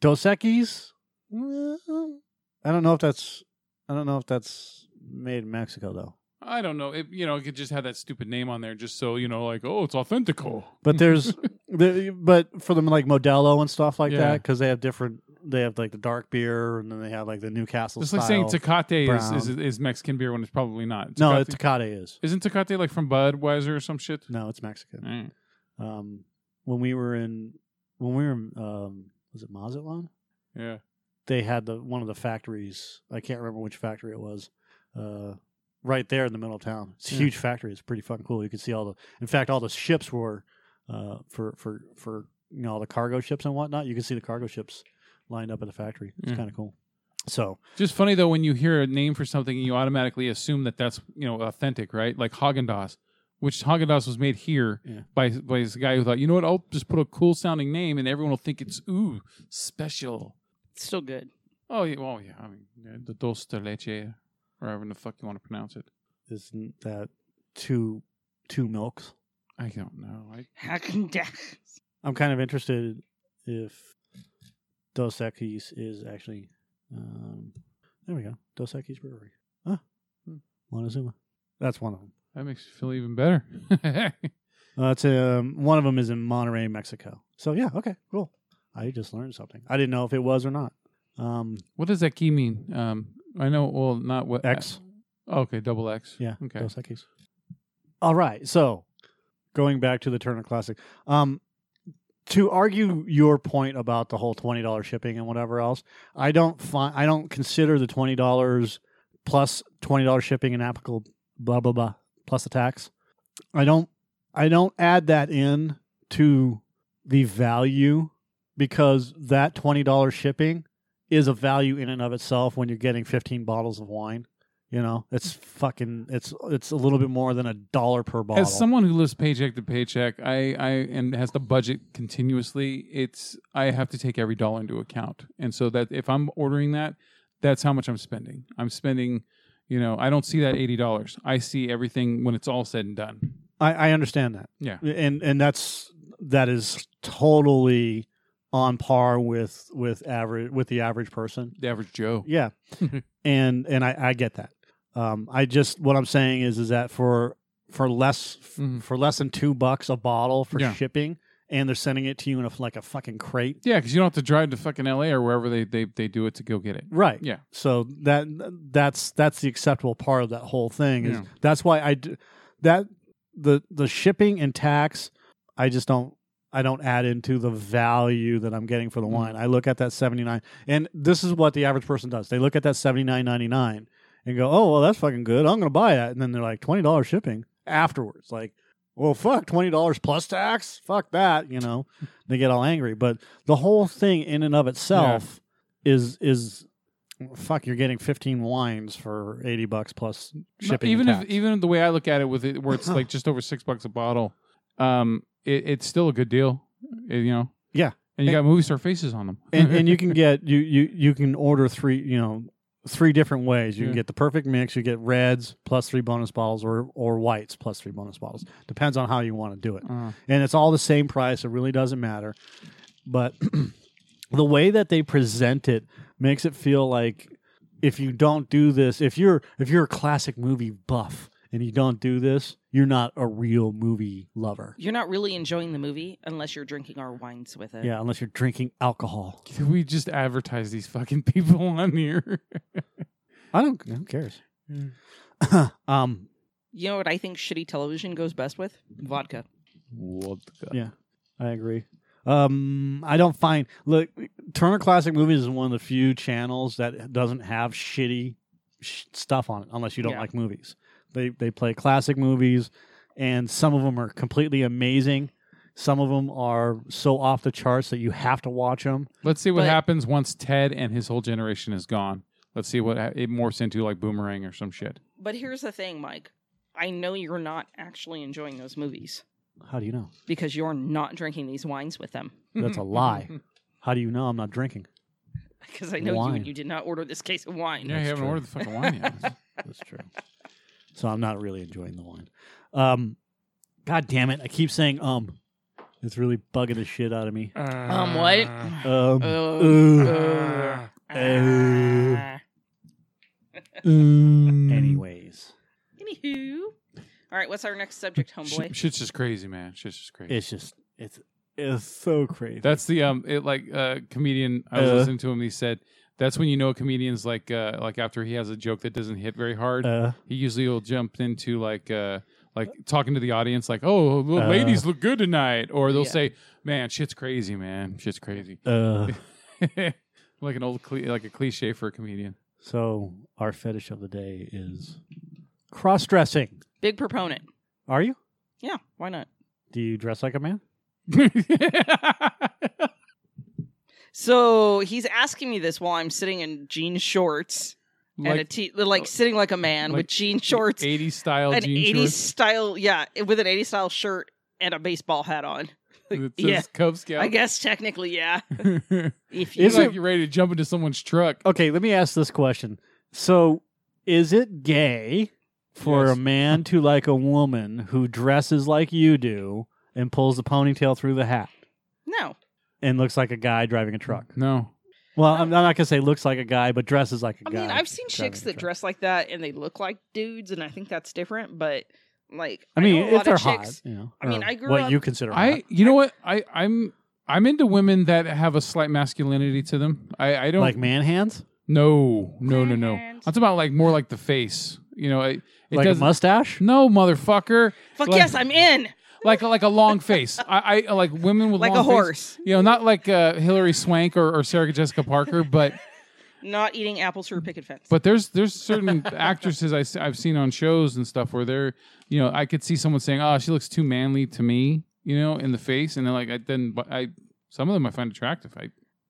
Speaker 1: Dos Equis. mm, I don't know if that's. I don't know if that's made in Mexico though.
Speaker 3: I don't know. It, you know, it could just have that stupid name on there just so you know, like, oh, it's authentical.
Speaker 1: But there's, the, but for them like Modelo and stuff like that, 'cause
Speaker 3: Yeah.
Speaker 1: that, because they have different. They have like the dark beer, and then they have like the Newcastle.
Speaker 3: It's
Speaker 1: style.
Speaker 3: like saying Tecate is, is
Speaker 1: brown.
Speaker 3: is Mexican beer when it's probably not.
Speaker 1: no,
Speaker 3: Tecate-
Speaker 1: it, Tecate is.
Speaker 3: isn't Tecate like from Budweiser or some shit?
Speaker 1: No, it's Mexican.
Speaker 3: Mm.
Speaker 1: Um, when we were in, when we were, in, um, was it Mazatlan?
Speaker 3: Yeah.
Speaker 1: they had the one of the factories. I can't remember which factory it was. Uh, right there in the middle of town. It's a
Speaker 3: Yeah.
Speaker 1: huge factory. It's pretty fucking cool. You could see all the. In fact, all the ships were uh, for for for you know all the cargo ships and whatnot. You could see the cargo ships lined up at the factory. It's
Speaker 3: Yeah.
Speaker 1: kind of cool. So
Speaker 3: Just funny though when you hear a name for something, you automatically assume that that's you know authentic, right? Like Haagen Dazs, which Haagen Dazs was made here
Speaker 1: Yeah.
Speaker 3: by by this guy who thought, you know what, I'll just put a cool sounding name and everyone will think it's ooh special.
Speaker 2: It's still good.
Speaker 3: Oh yeah, well yeah, I mean yeah, the dulce de leche, or however the fuck you want to pronounce it.
Speaker 1: isn't that two two milks?
Speaker 3: I don't know. I,
Speaker 2: Hackendack.
Speaker 1: I'm kind of interested if Dos Equis is actually. Um, there we go. Dos Equis Brewery. Ah, Montezuma. That's one of them.
Speaker 3: that makes me feel even better.
Speaker 1: Uh, it's um, one of them is in Monterey, Mexico. So yeah, okay, cool. I just learned something. I didn't know if it was or not. Um,
Speaker 3: what does that key mean? Um, I know. Well, not what
Speaker 1: X,
Speaker 3: oh, okay, double X.
Speaker 1: yeah,
Speaker 3: Okay.
Speaker 1: Dos Equis. All right, so going back to the Turner Classic, um, to argue your point about the whole twenty dollars shipping and whatever else, I don't find I don't consider the twenty dollars plus twenty dollars shipping an applicable blah blah blah plus the tax. I don't I don't add that in to the value because that twenty dollars shipping is a value in and of itself when you're getting fifteen bottles of wine. You know, it's fucking it's it's a little bit more than a dollar per bottle.
Speaker 3: As someone who lives paycheck to paycheck, I, I and has to budget continuously, it's I have to take every dollar into account. And so that if I'm ordering that, that's how much I'm spending. I'm spending, you know, I don't see that eighty dollars. I see everything when it's all said and done.
Speaker 1: I, I understand that.
Speaker 3: Yeah.
Speaker 1: and and that's that is totally on par with with average with the average person.
Speaker 3: The average Joe.
Speaker 1: Yeah, and and I, I get that. Um, I just what I'm saying is is that for for less f-
Speaker 3: Mhm.
Speaker 1: for less than two bucks a bottle for
Speaker 3: Yeah.
Speaker 1: shipping, and they're sending it to you in a, f- like a fucking crate.
Speaker 3: Yeah, because you don't have to drive to fucking LA or wherever they, they, they do it to go get it.
Speaker 1: Right.
Speaker 3: Yeah.
Speaker 1: So that that's that's the acceptable part of that whole thing is
Speaker 3: Yeah.
Speaker 1: that's why I d- that the the shipping and tax I just don't I don't add into the value that I'm getting for the
Speaker 3: Mhm.
Speaker 1: wine. I look at that 79 and this is what the average person does. They look at that 79.99 and go, "Oh, well that's fucking good. I'm going to buy that." And then they're like, "$20 shipping afterwards." Like, "Well, fuck, $20 plus tax? Fuck that," you know. they get all angry, but the whole thing in and of itself is is fuck you're getting 15 wines for 80 bucks plus
Speaker 3: No,
Speaker 1: shipping
Speaker 3: even
Speaker 1: and
Speaker 3: if
Speaker 1: tax.
Speaker 3: even the way I look at it with it where it's like just over six bucks a bottle, um, it, it's still a good deal. eh, you know?
Speaker 1: Yeah.
Speaker 3: And you
Speaker 1: And-
Speaker 3: got movie star faces on them.
Speaker 1: and, and you can get you, you you can order three you know three different ways you
Speaker 3: Yeah.
Speaker 1: can get the perfect mix you get reds plus three bonus bottles or or whites plus three bonus bottles depends on how you want to do it
Speaker 3: Uh,
Speaker 1: and it's all the same price it really doesn't matter but the way that they present it makes it feel like if you don't do this if you're if you're a classic movie buff and you don't do this you're not a real movie lover
Speaker 2: You're not really enjoying the movie unless you're drinking our wines with it.
Speaker 1: yeah unless you're drinking alcohol
Speaker 3: Can we just advertise these fucking people on here?
Speaker 1: i don't who cares
Speaker 3: Mm.
Speaker 1: um
Speaker 2: You know what I think shitty television goes best with? Vodka.
Speaker 3: What the-
Speaker 1: Yeah. I agree. Um, I don't find look Turner Classic Movies is one of the few channels that doesn't have shitty sh- stuff on it unless you don't
Speaker 2: Yeah.
Speaker 1: like movies. They they play classic movies, and some of them are completely amazing. Some of them are so off the charts that you have to watch them.
Speaker 3: Let's see what
Speaker 2: But-
Speaker 3: happens once Ted and his whole generation is gone. Let's see what ha- it morphs into like boomerang or some shit.
Speaker 2: But here's the thing, Mike. I know you're not actually enjoying those movies
Speaker 1: How do you know?
Speaker 2: because you're not drinking these wines with them.
Speaker 1: That's a lie. How do you know I'm not drinking?
Speaker 2: Because I know you
Speaker 1: Wine.
Speaker 2: and you did not order this case of
Speaker 3: Yeah,
Speaker 2: wine.
Speaker 3: you
Speaker 1: That's
Speaker 3: haven't
Speaker 1: true.
Speaker 3: ordered the fucking wine yet.
Speaker 1: That's true. So I'm not really enjoying the wine. Um, God damn it! I keep saying um. It's really bugging the shit out of me.
Speaker 2: Um, what?
Speaker 1: Um,
Speaker 2: Oh,
Speaker 1: ugh.
Speaker 2: uh,
Speaker 1: Uh.
Speaker 2: ah.
Speaker 1: Mm. Anyways,
Speaker 2: Anywho. All right, what's our next subject, homeboy?
Speaker 3: Sh- shit's just crazy, man. Shit's just crazy.
Speaker 1: it's just it's it's so crazy.
Speaker 3: That's the um, it like uh, comedian. I was
Speaker 1: Uh.
Speaker 3: listening to him. He said that's when you know a comedian's like uh, like after he has a joke that doesn't hit very hard.
Speaker 1: uh,
Speaker 3: he usually will jump into like uh, like talking to the audience, like, "Oh, the
Speaker 1: Uh.
Speaker 3: ladies look good tonight," or they'll
Speaker 2: Yeah.
Speaker 3: say, "Man, shit's crazy, man. Shit's crazy."
Speaker 1: uh.
Speaker 3: like an old cli like a cliche for a comedian.
Speaker 1: So our fetish of the day is cross dressing.
Speaker 2: Big proponent.
Speaker 1: Are you?
Speaker 2: Yeah, why not?
Speaker 1: Do you dress like a man?
Speaker 2: So he's asking me this while I'm sitting in jean shorts and a
Speaker 3: like uh,
Speaker 2: t- like sitting like a man
Speaker 3: like
Speaker 2: with jean shorts,
Speaker 3: 80s style
Speaker 2: an
Speaker 3: jean
Speaker 2: 80s
Speaker 3: shorts
Speaker 2: style, yeah, with an 80s style shirt and a baseball hat on.
Speaker 3: that says
Speaker 2: yeah.
Speaker 3: Cub Scout.
Speaker 2: I guess technically, yeah. If you
Speaker 1: Is
Speaker 3: It's like
Speaker 1: it- Oh,
Speaker 3: you're ready to jump into someone's truck.
Speaker 1: Okay, let me ask this question. So, is it gay for
Speaker 3: Yes.
Speaker 1: a man to like a woman who dresses like you do and pulls the ponytail through the hat
Speaker 2: no,
Speaker 1: and looks like a guy driving a truck?
Speaker 3: No.
Speaker 1: Well, I'm I'm not gonna say looks like a guy, but dresses like a
Speaker 2: I
Speaker 1: guy.
Speaker 2: mean I've seen
Speaker 1: driving
Speaker 2: chicks
Speaker 1: a
Speaker 2: that
Speaker 1: truck.
Speaker 2: dress like that and they look like dudes, and I think that's different. But like,
Speaker 1: I mean,
Speaker 2: know a
Speaker 1: if
Speaker 2: lot
Speaker 1: they're
Speaker 2: of
Speaker 1: hot,
Speaker 2: chicks.
Speaker 1: you know,
Speaker 2: I mean,
Speaker 1: or
Speaker 2: I grew
Speaker 1: what
Speaker 2: up-
Speaker 1: you consider. hot.
Speaker 3: I you know what? I I'm I'm into women that have a slight masculinity to them. I I don't
Speaker 1: like man hands,
Speaker 3: No, no, no, no. I'm
Speaker 2: Man.
Speaker 3: talking about like more like the face. You know, it, it
Speaker 1: like a
Speaker 3: doesn't.
Speaker 1: mustache.
Speaker 3: no, motherfucker.
Speaker 2: Fuck
Speaker 3: Like-
Speaker 2: yes, I'm in.
Speaker 3: Like like a long face. I, I like women with
Speaker 2: Like
Speaker 3: long
Speaker 2: a
Speaker 3: face.
Speaker 2: horse.
Speaker 3: You know, not like uh, Hillary Swank or, or Sarah Jessica Parker, but
Speaker 2: Not eating apples through a picket fence.
Speaker 3: But there's there's certain actresses I, have seen on shows and stuff where they're you know I could see someone saying oh she looks too manly to me you know in the face and then like I then but I some of them I find attractive I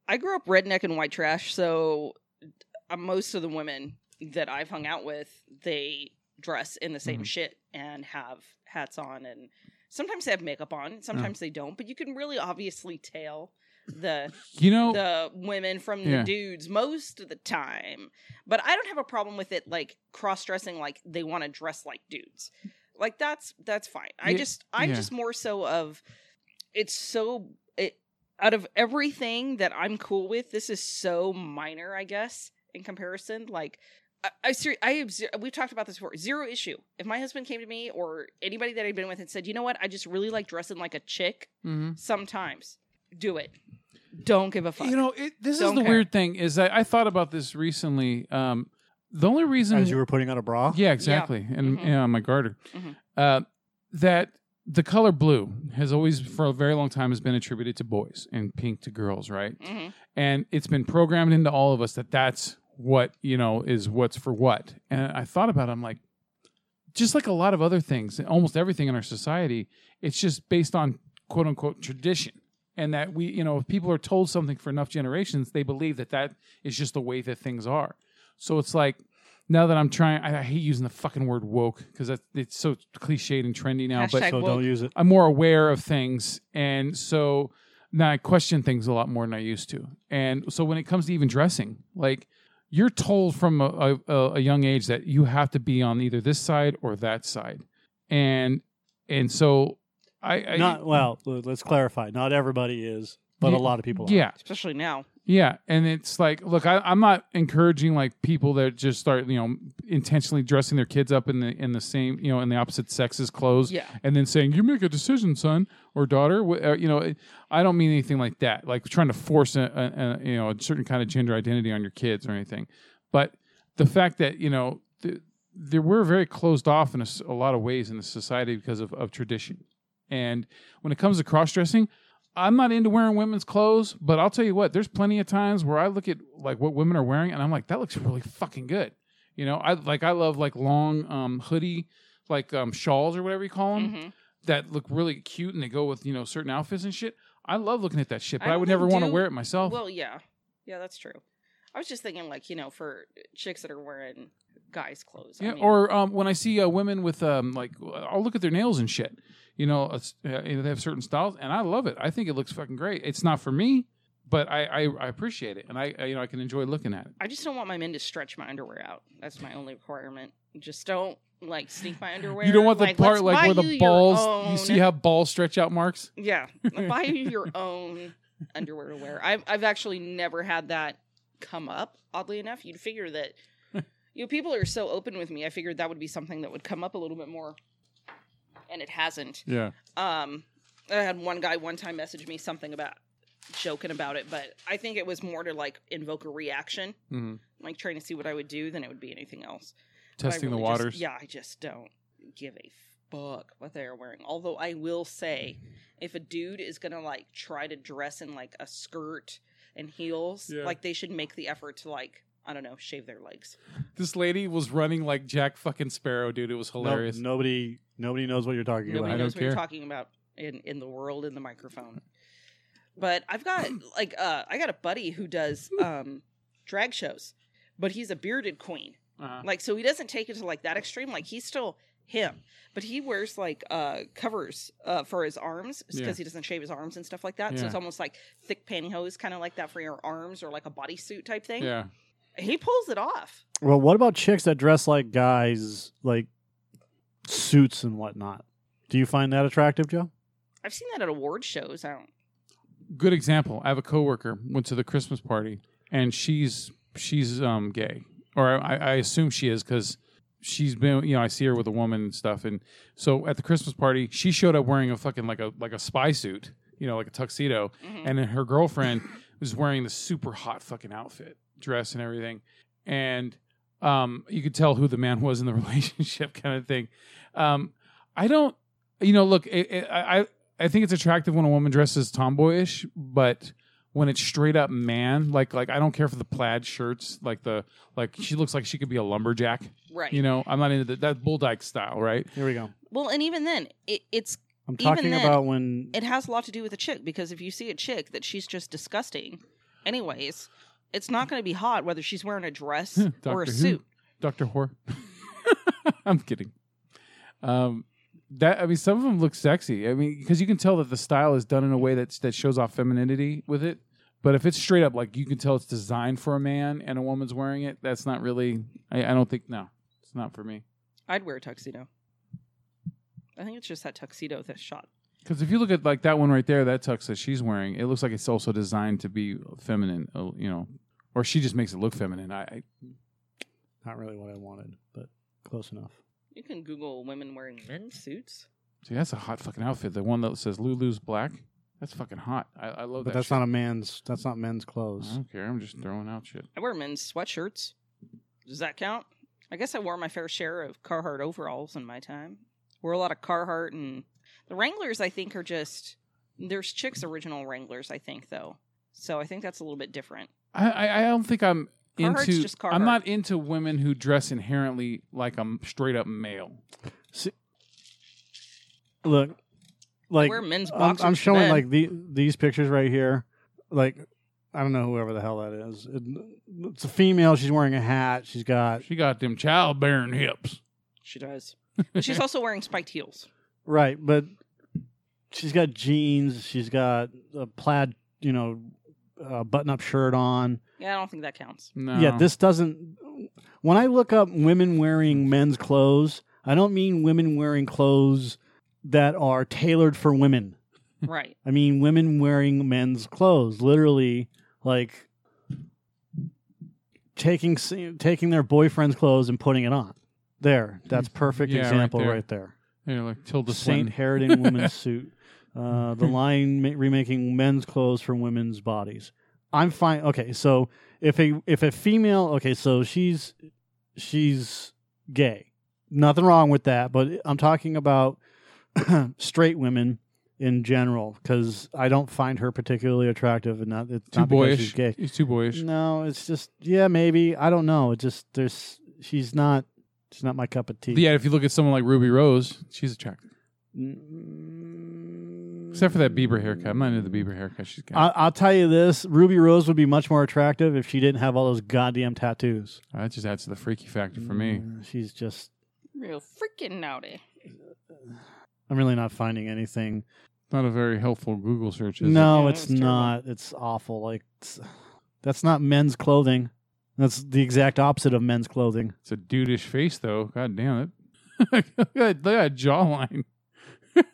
Speaker 2: I grew up redneck and white trash, so uh, most of the women that I've hung out with, they dress in the
Speaker 1: Mm-hmm.
Speaker 2: same
Speaker 3: Mhm.
Speaker 2: shit and have hats on, and sometimes they have makeup on,
Speaker 1: Uh.
Speaker 2: sometimes they don't. But you can really obviously tell the
Speaker 3: you know
Speaker 2: the women from the
Speaker 3: Oh. Yeah.
Speaker 2: dudes most of the time. But I don't have a problem with it like cross dressing like they want to dress like dudes. Like that's that's fine. I
Speaker 3: Ye-
Speaker 2: just I'm
Speaker 3: yeah.
Speaker 2: just more so of it's so it out of everything that I'm cool with, this is so minor, I guess, in comparison. Like I I, ser- I have ze- we've talked about this before. Zero issue. If my husband came to me or anybody that I'd been with and said, "You know what? I just really like dressing like a chick
Speaker 3: Mhm.
Speaker 1: Mm-hmm.
Speaker 2: sometimes." Do it. Don't give a fuck.
Speaker 3: You know, it, this
Speaker 2: Don't
Speaker 3: is the
Speaker 2: care.
Speaker 3: weird thing is that I thought about this recently. Um, the only reason,
Speaker 1: As you were putting on a bra?
Speaker 3: yeah, exactly, and
Speaker 2: Mhm.
Speaker 3: yeah, on my garter,
Speaker 2: Mhm.
Speaker 3: uh, that the color blue has always, for a very long time, has been attributed to boys and pink to girls, right?
Speaker 2: Mhm.
Speaker 3: And it's been programmed into all of us that that's what you know is what's for what. And I thought about, it, I'm like, just like a lot of other things, almost everything in our society, it's just based on quote unquote tradition and that we you know if people are told something for enough generations they believe that that is just the way that things are so it's like now that i'm trying i, I hate using the fucking word woke because that's it's so cliched and trendy now but
Speaker 2: Hashtag
Speaker 1: So
Speaker 2: woke.
Speaker 1: don't use it.
Speaker 3: i'm more aware of things and so now i question things a lot more than i used to and so when it comes to even dressing like you're told from a, a, a young age that you have to be on either this side or that side and and so i, I
Speaker 1: Not well. l- Let's clarify. Not everybody is, but
Speaker 3: Ye-
Speaker 1: a lot of people.
Speaker 3: yeah
Speaker 2: especially now.
Speaker 3: Yeah, and it's like, look, I, I'm not encouraging like people that just start, you know, intentionally dressing their kids up in the in the same, you know, in the opposite sex's clothes,
Speaker 2: Yeah.
Speaker 3: and then saying, "You make a decision, son or daughter." Wh- uh, You know, it- I don't mean anything like that. Like trying to force a, a, a you know a certain kind of gender identity on your kids or anything. But the fact that you know, th- there we're very closed off in a, s- a lot of ways in the society because of, of tradition. And when it comes to cross dressing, I'm not into wearing women's clothes, but I'll tell you what, there's plenty of times where I look at like what women are wearing and I'm like, that looks really fucking good. You know, I like I love like long um, hoodie, like um, shawls or whatever you call them
Speaker 2: Mhm.
Speaker 3: that look really cute and they go with you know certain outfits and shit. I love looking at that shit, but
Speaker 2: I
Speaker 3: I, would
Speaker 2: really
Speaker 3: never want to
Speaker 2: do-
Speaker 3: wear it myself.
Speaker 2: Well, yeah, yeah, that's true. I was just thinking, like you know, for chicks that are wearing guys' clothes. I
Speaker 3: Yeah,
Speaker 2: mean,
Speaker 3: or um, when I see uh, women with um, like, I'll look at their nails and shit. You know, it's- uh, you know, they have certain styles, and I love it. I think it looks fucking great. It's not for me, but I, I, I appreciate it, and I, I you know I can enjoy looking at it.
Speaker 2: I just don't want my men to stretch my underwear out. That's my only requirement. Just don't like sneak my underwear.
Speaker 3: you don't want the part
Speaker 2: let's
Speaker 3: like
Speaker 2: buy
Speaker 3: where
Speaker 2: you
Speaker 3: the
Speaker 2: your
Speaker 3: balls. You
Speaker 2: own-
Speaker 3: see how balls stretch out marks?
Speaker 2: yeah, buy you your own underwear to wear. I've I've actually never had that come up. Oddly enough, you'd figure that you know, people are so open with me. I figured that would be something that would come up a little bit more, and it hasn't.
Speaker 3: Yeah.
Speaker 2: Um, I had one guy one time message me something about joking about it, but I think it was more to like invoke a reaction,
Speaker 3: hmm
Speaker 2: like trying to see what I would do than it would be anything else. But I
Speaker 3: Testing
Speaker 2: really
Speaker 3: the waters.
Speaker 2: Just, yeah, I just don't give a fuck what they are wearing. Although I will say, if a dude is gonna like try to dress in like a skirt and heels,
Speaker 3: Yeah.
Speaker 2: like they should make the effort to like I don't know, shave their legs.
Speaker 3: This lady was running like Jack fucking Sparrow, dude. It was
Speaker 1: No-
Speaker 3: hilarious.
Speaker 1: nobody, nobody knows what you're talking
Speaker 2: Nobody
Speaker 1: about.
Speaker 3: don't
Speaker 2: knows what you're
Speaker 3: care.
Speaker 2: talking about in in the world in the microphone. But I've got like uh I got a buddy who does
Speaker 3: Hmm.
Speaker 2: um drag shows, but he's a bearded queen.
Speaker 3: Uh-huh.
Speaker 2: Like so he doesn't take it to like that extreme. Like he's still him, but he wears like uh covers uh for his arms because
Speaker 3: Yeah.
Speaker 2: he doesn't shave his arms and stuff like that. So
Speaker 3: Yeah.
Speaker 2: it's almost like thick pantyhose kind of like that for your arms or like a bodysuit type thing.
Speaker 3: Yeah.
Speaker 2: He pulls it off.
Speaker 1: Well, what about chicks that dress like guys, like suits and whatnot? Do you find that attractive, Joe?
Speaker 2: I've seen that at award shows. I don't
Speaker 3: good example. I have a coworker went to the Christmas party, and she's she's um gay, or I, I assume she is because she's been you know I see her with a woman and stuff, and so at the Christmas party she showed up wearing a fucking like a like a spy suit, you know, like a tuxedo,
Speaker 2: mhm.
Speaker 3: and then her girlfriend was wearing the super hot fucking outfit, dress and everything, and um, you could tell who the man was in the relationship, kind of thing. Um, I don't, you know, look, it, it, I I I think it's attractive when a woman dresses tomboyish, but when it's straight up man, like like I don't care for the plaid shirts, like the like she looks like she could be a lumberjack.
Speaker 2: Right.
Speaker 3: You know, I'm not into that, that bull dyke style, right?
Speaker 1: Here we go.
Speaker 2: well, and even then, it, it's
Speaker 1: I'm
Speaker 2: Even
Speaker 1: talking
Speaker 2: then-
Speaker 1: about when
Speaker 2: it has a lot to do with a chick because if you see a chick that she's just disgusting, anyways, it's not going to be hot whether she's wearing a dress or
Speaker 3: Hmm, Doctor
Speaker 2: a
Speaker 3: Who.
Speaker 2: suit.
Speaker 3: Doctor Whore. I'm kidding. Um, that I mean, some of them look sexy. I mean, because you can tell that the style is done in a way that's that shows off femininity with it. But if it's straight up, like you can tell it's designed for a man and a woman's wearing it, that's not really. I, I don't think. No, it's not for me.
Speaker 2: I'd wear a tuxedo. I think it's just that tuxedo that's shot.
Speaker 3: Because if you look at like that one right there, that tux that she's wearing, it looks like it's also designed to be feminine. uh, You know, or she just makes it look feminine. I, I
Speaker 1: not really what I wanted, but close enough.
Speaker 2: You can Google women wearing men's suits.
Speaker 3: see that's a hot fucking outfit. The one that says Lulu's black. That's fucking hot. I, I love
Speaker 1: But
Speaker 3: that.
Speaker 1: that's
Speaker 3: shit.
Speaker 1: not a man's. That's not men's
Speaker 3: I
Speaker 2: Uh-huh.
Speaker 1: clothes.
Speaker 3: don't care. I'm just throwing out shit.
Speaker 2: I wear men's sweatshirts. Does that count? I guess I wore my fair share of Carhartt overalls in my time. Wore a lot of Carhartt and the Wranglers. I think are just there's chicks original Wranglers. I think though, so I think that's a little bit different.
Speaker 3: I, I, I don't think I'm
Speaker 2: Carhartt's
Speaker 3: into.
Speaker 2: just Carhartt.
Speaker 3: I'm not into women who dress inherently like I'm straight up male.
Speaker 1: Look, like
Speaker 2: wear men's
Speaker 1: I'm,
Speaker 2: boxers.
Speaker 1: I'm
Speaker 2: to
Speaker 1: showing
Speaker 2: bed.
Speaker 1: like the, these pictures right here. Like I don't know whoever the hell that is. It- it's a female. She's wearing a hat. She's got
Speaker 3: She got them childbearing hips.
Speaker 2: she does. But she's also wearing spiked heels.
Speaker 1: right, but she's got jeans. She's got a plaid, you know, uh, button-up shirt on.
Speaker 2: Yeah, I don't think that counts.
Speaker 3: No.
Speaker 1: Yeah, this doesn't. When I look up women wearing men's clothes, I don't mean women wearing clothes that are tailored for women.
Speaker 2: right.
Speaker 1: I mean, women wearing men's clothes, literally, like taking s- taking their boyfriend's clothes and putting it on. There, that's perfect
Speaker 3: Yeah, right
Speaker 1: example
Speaker 3: there.
Speaker 1: right there.
Speaker 3: You're like Tilda
Speaker 1: The Saint
Speaker 3: Swinton.
Speaker 1: Harridan woman's suit, uh, the line ma- remaking men's clothes from women's bodies. I'm fine. Okay, so if a if a female, okay, so she's she's gay. Nothing wrong with that, but I'm talking about straight women in general because I don't find her particularly attractive, and not it's
Speaker 3: Too
Speaker 1: not because
Speaker 3: boyish.
Speaker 1: she's gay.
Speaker 3: He's too boyish.
Speaker 1: No, it's just yeah, maybe I don't know. It just there's she's not she's not my cup of tea.
Speaker 3: But yeah, if you look at someone like Ruby Rose, she's attractive.
Speaker 2: Mm.
Speaker 3: Except for that Bieber haircut. I'm not into the Bieber haircut she's got.
Speaker 1: I, I'll tell you this: Ruby Rose would be much more attractive if she didn't have all those goddamn tattoos.
Speaker 3: that just adds to the freaky factor for me.
Speaker 1: Mm, she's just.
Speaker 2: Real freaking naughty.
Speaker 1: I'm really not finding anything.
Speaker 3: Not a very helpful Google search. Is
Speaker 1: no,
Speaker 2: Yeah,
Speaker 1: it's
Speaker 2: that's terrible.
Speaker 1: not. It's awful. Like it's- that's not men's clothing. That's the exact opposite of men's clothing.
Speaker 3: It? It's a dudish face though. God damn it. look at look at that jawline. look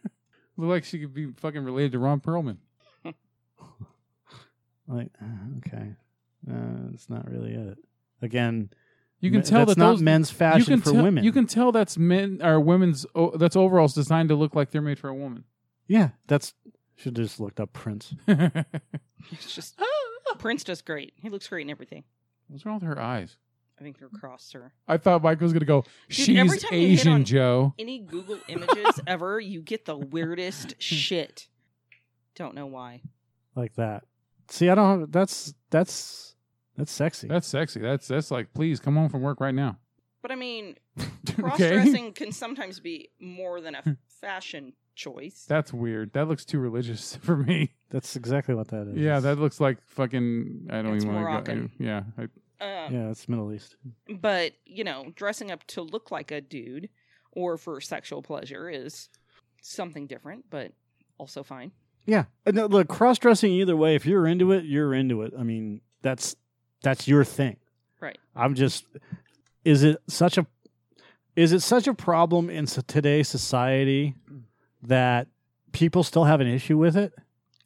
Speaker 3: like she could be fucking related to Ron Perlman.
Speaker 1: Like uh, okay, uh, it's not really it. Again,
Speaker 3: You can
Speaker 1: me-
Speaker 3: tell
Speaker 1: that's
Speaker 3: that
Speaker 1: not
Speaker 3: those,
Speaker 1: men's
Speaker 3: you
Speaker 1: fashion
Speaker 3: can
Speaker 1: for
Speaker 3: tell,
Speaker 1: women.
Speaker 3: You can tell that's men or women's. Oh, that's overalls designed to look like they're made for a woman.
Speaker 1: yeah, that's should have just looked up Prince.
Speaker 3: What's
Speaker 2: It's just Prince does great. He looks great in everything.
Speaker 3: wrong with her eyes?
Speaker 2: I think they're crossed, sir.
Speaker 3: I thought Mike was gonna go.
Speaker 2: every
Speaker 3: She's
Speaker 2: time you hit
Speaker 3: Asian,
Speaker 2: on-
Speaker 3: Joe.
Speaker 2: Any Google images ever, you get the weirdest shit. Don't know why.
Speaker 1: like that. See, I don't. Have, that's that's that's sexy.
Speaker 3: That's sexy. That's that's like, please come home from work right now.
Speaker 2: But I mean, cross dressing
Speaker 3: okay,
Speaker 2: can sometimes be more than a fashion choice.
Speaker 3: that's weird. That looks too religious for me.
Speaker 1: that's exactly what that is.
Speaker 3: Yeah, that looks like fucking. I don't
Speaker 2: It's
Speaker 3: even want to go.
Speaker 2: Moroccan.
Speaker 3: Yeah, I,
Speaker 2: Um,
Speaker 1: yeah, it's Middle East.
Speaker 2: But, you know, dressing up to look like a dude or for sexual pleasure is something different, but also fine.
Speaker 1: Yeah. And no, look, cross dressing either way, if you're into it, you're into it. I mean, that's that's your thing.
Speaker 2: Right.
Speaker 1: I'm just is it such a is it such a problem in so- today's society that people still have an issue with it?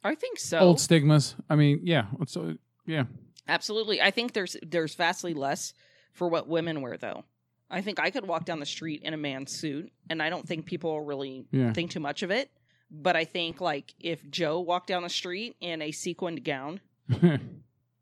Speaker 2: I think so.
Speaker 3: old stigmas. I mean, yeah. It's, uh, yeah,
Speaker 2: Absolutely. I think there's there's vastly less for what women wear though. I think I could walk down the street in a man's suit and I don't think people really
Speaker 3: yeah.
Speaker 2: think too much of it. But I think like if Joe walked down the street in a sequined gown,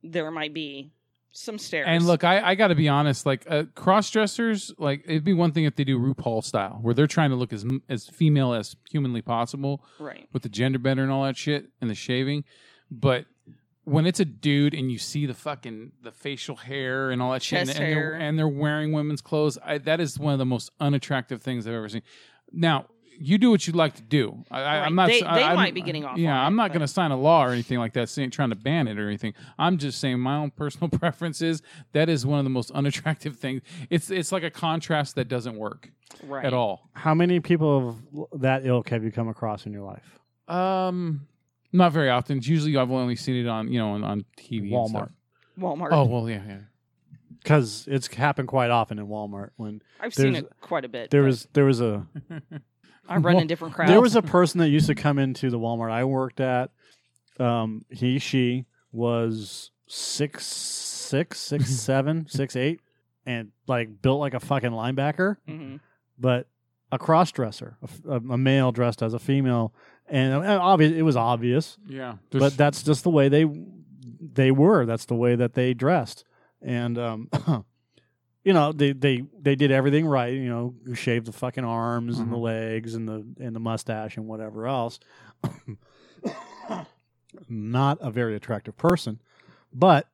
Speaker 2: there might be some stares.
Speaker 3: And look, I, I got to be honest. Like uh, cross dressers, like it'd be one thing if they do RuPaul style, where they're trying to look as m- as female as humanly possible
Speaker 2: right.
Speaker 3: with the gender bender and all that shit and the shaving. But when it's a dude and you see the fucking the facial hair and all that shit, and,
Speaker 2: Chest
Speaker 3: and
Speaker 2: hair.
Speaker 3: they're, and they're wearing women's clothes, I, that is one of the most unattractive things I've ever seen. Now you do what you like to do. I, I,
Speaker 2: Right.
Speaker 3: I'm not.
Speaker 2: They-
Speaker 3: I-
Speaker 2: they
Speaker 3: I'm-
Speaker 2: might be getting off
Speaker 3: Yeah,
Speaker 2: on
Speaker 3: I'm
Speaker 2: it,
Speaker 3: not
Speaker 2: but-
Speaker 3: going to sign a law or anything like that, saying trying to ban it or anything. I'm just saying my own personal preference is that is one of the most unattractive things. It's it's like a contrast that doesn't work
Speaker 2: right
Speaker 3: at all.
Speaker 1: How many people of that ilk have you come across in your life?
Speaker 3: Um, not very often. It's usually I've only seen it on you know on, on TV, and stuff.
Speaker 1: Walmart.
Speaker 2: Walmart.
Speaker 3: Oh well, yeah, yeah.
Speaker 1: Because it's happened quite often in Walmart when
Speaker 2: I've seen
Speaker 1: there's-
Speaker 2: it quite a bit.
Speaker 1: there
Speaker 2: but
Speaker 1: was there was a
Speaker 2: I run
Speaker 1: Well,
Speaker 2: in different crowds.
Speaker 1: There was a person that used to come into the Walmart I worked at. Um, he she was six six six seven six eight, and like built like a fucking linebacker,
Speaker 2: Mhm.
Speaker 1: but a cross dresser, a, f- a- a male dressed as a female, and, obvious it was obvious,
Speaker 3: Yeah,
Speaker 1: but that's just the way they they were. That's the way that they dressed, and um. You know they, they they did everything right. You know, you shaved the fucking arms and the
Speaker 3: Mhm.
Speaker 1: legs and the and the mustache and whatever else. Not a very attractive person, but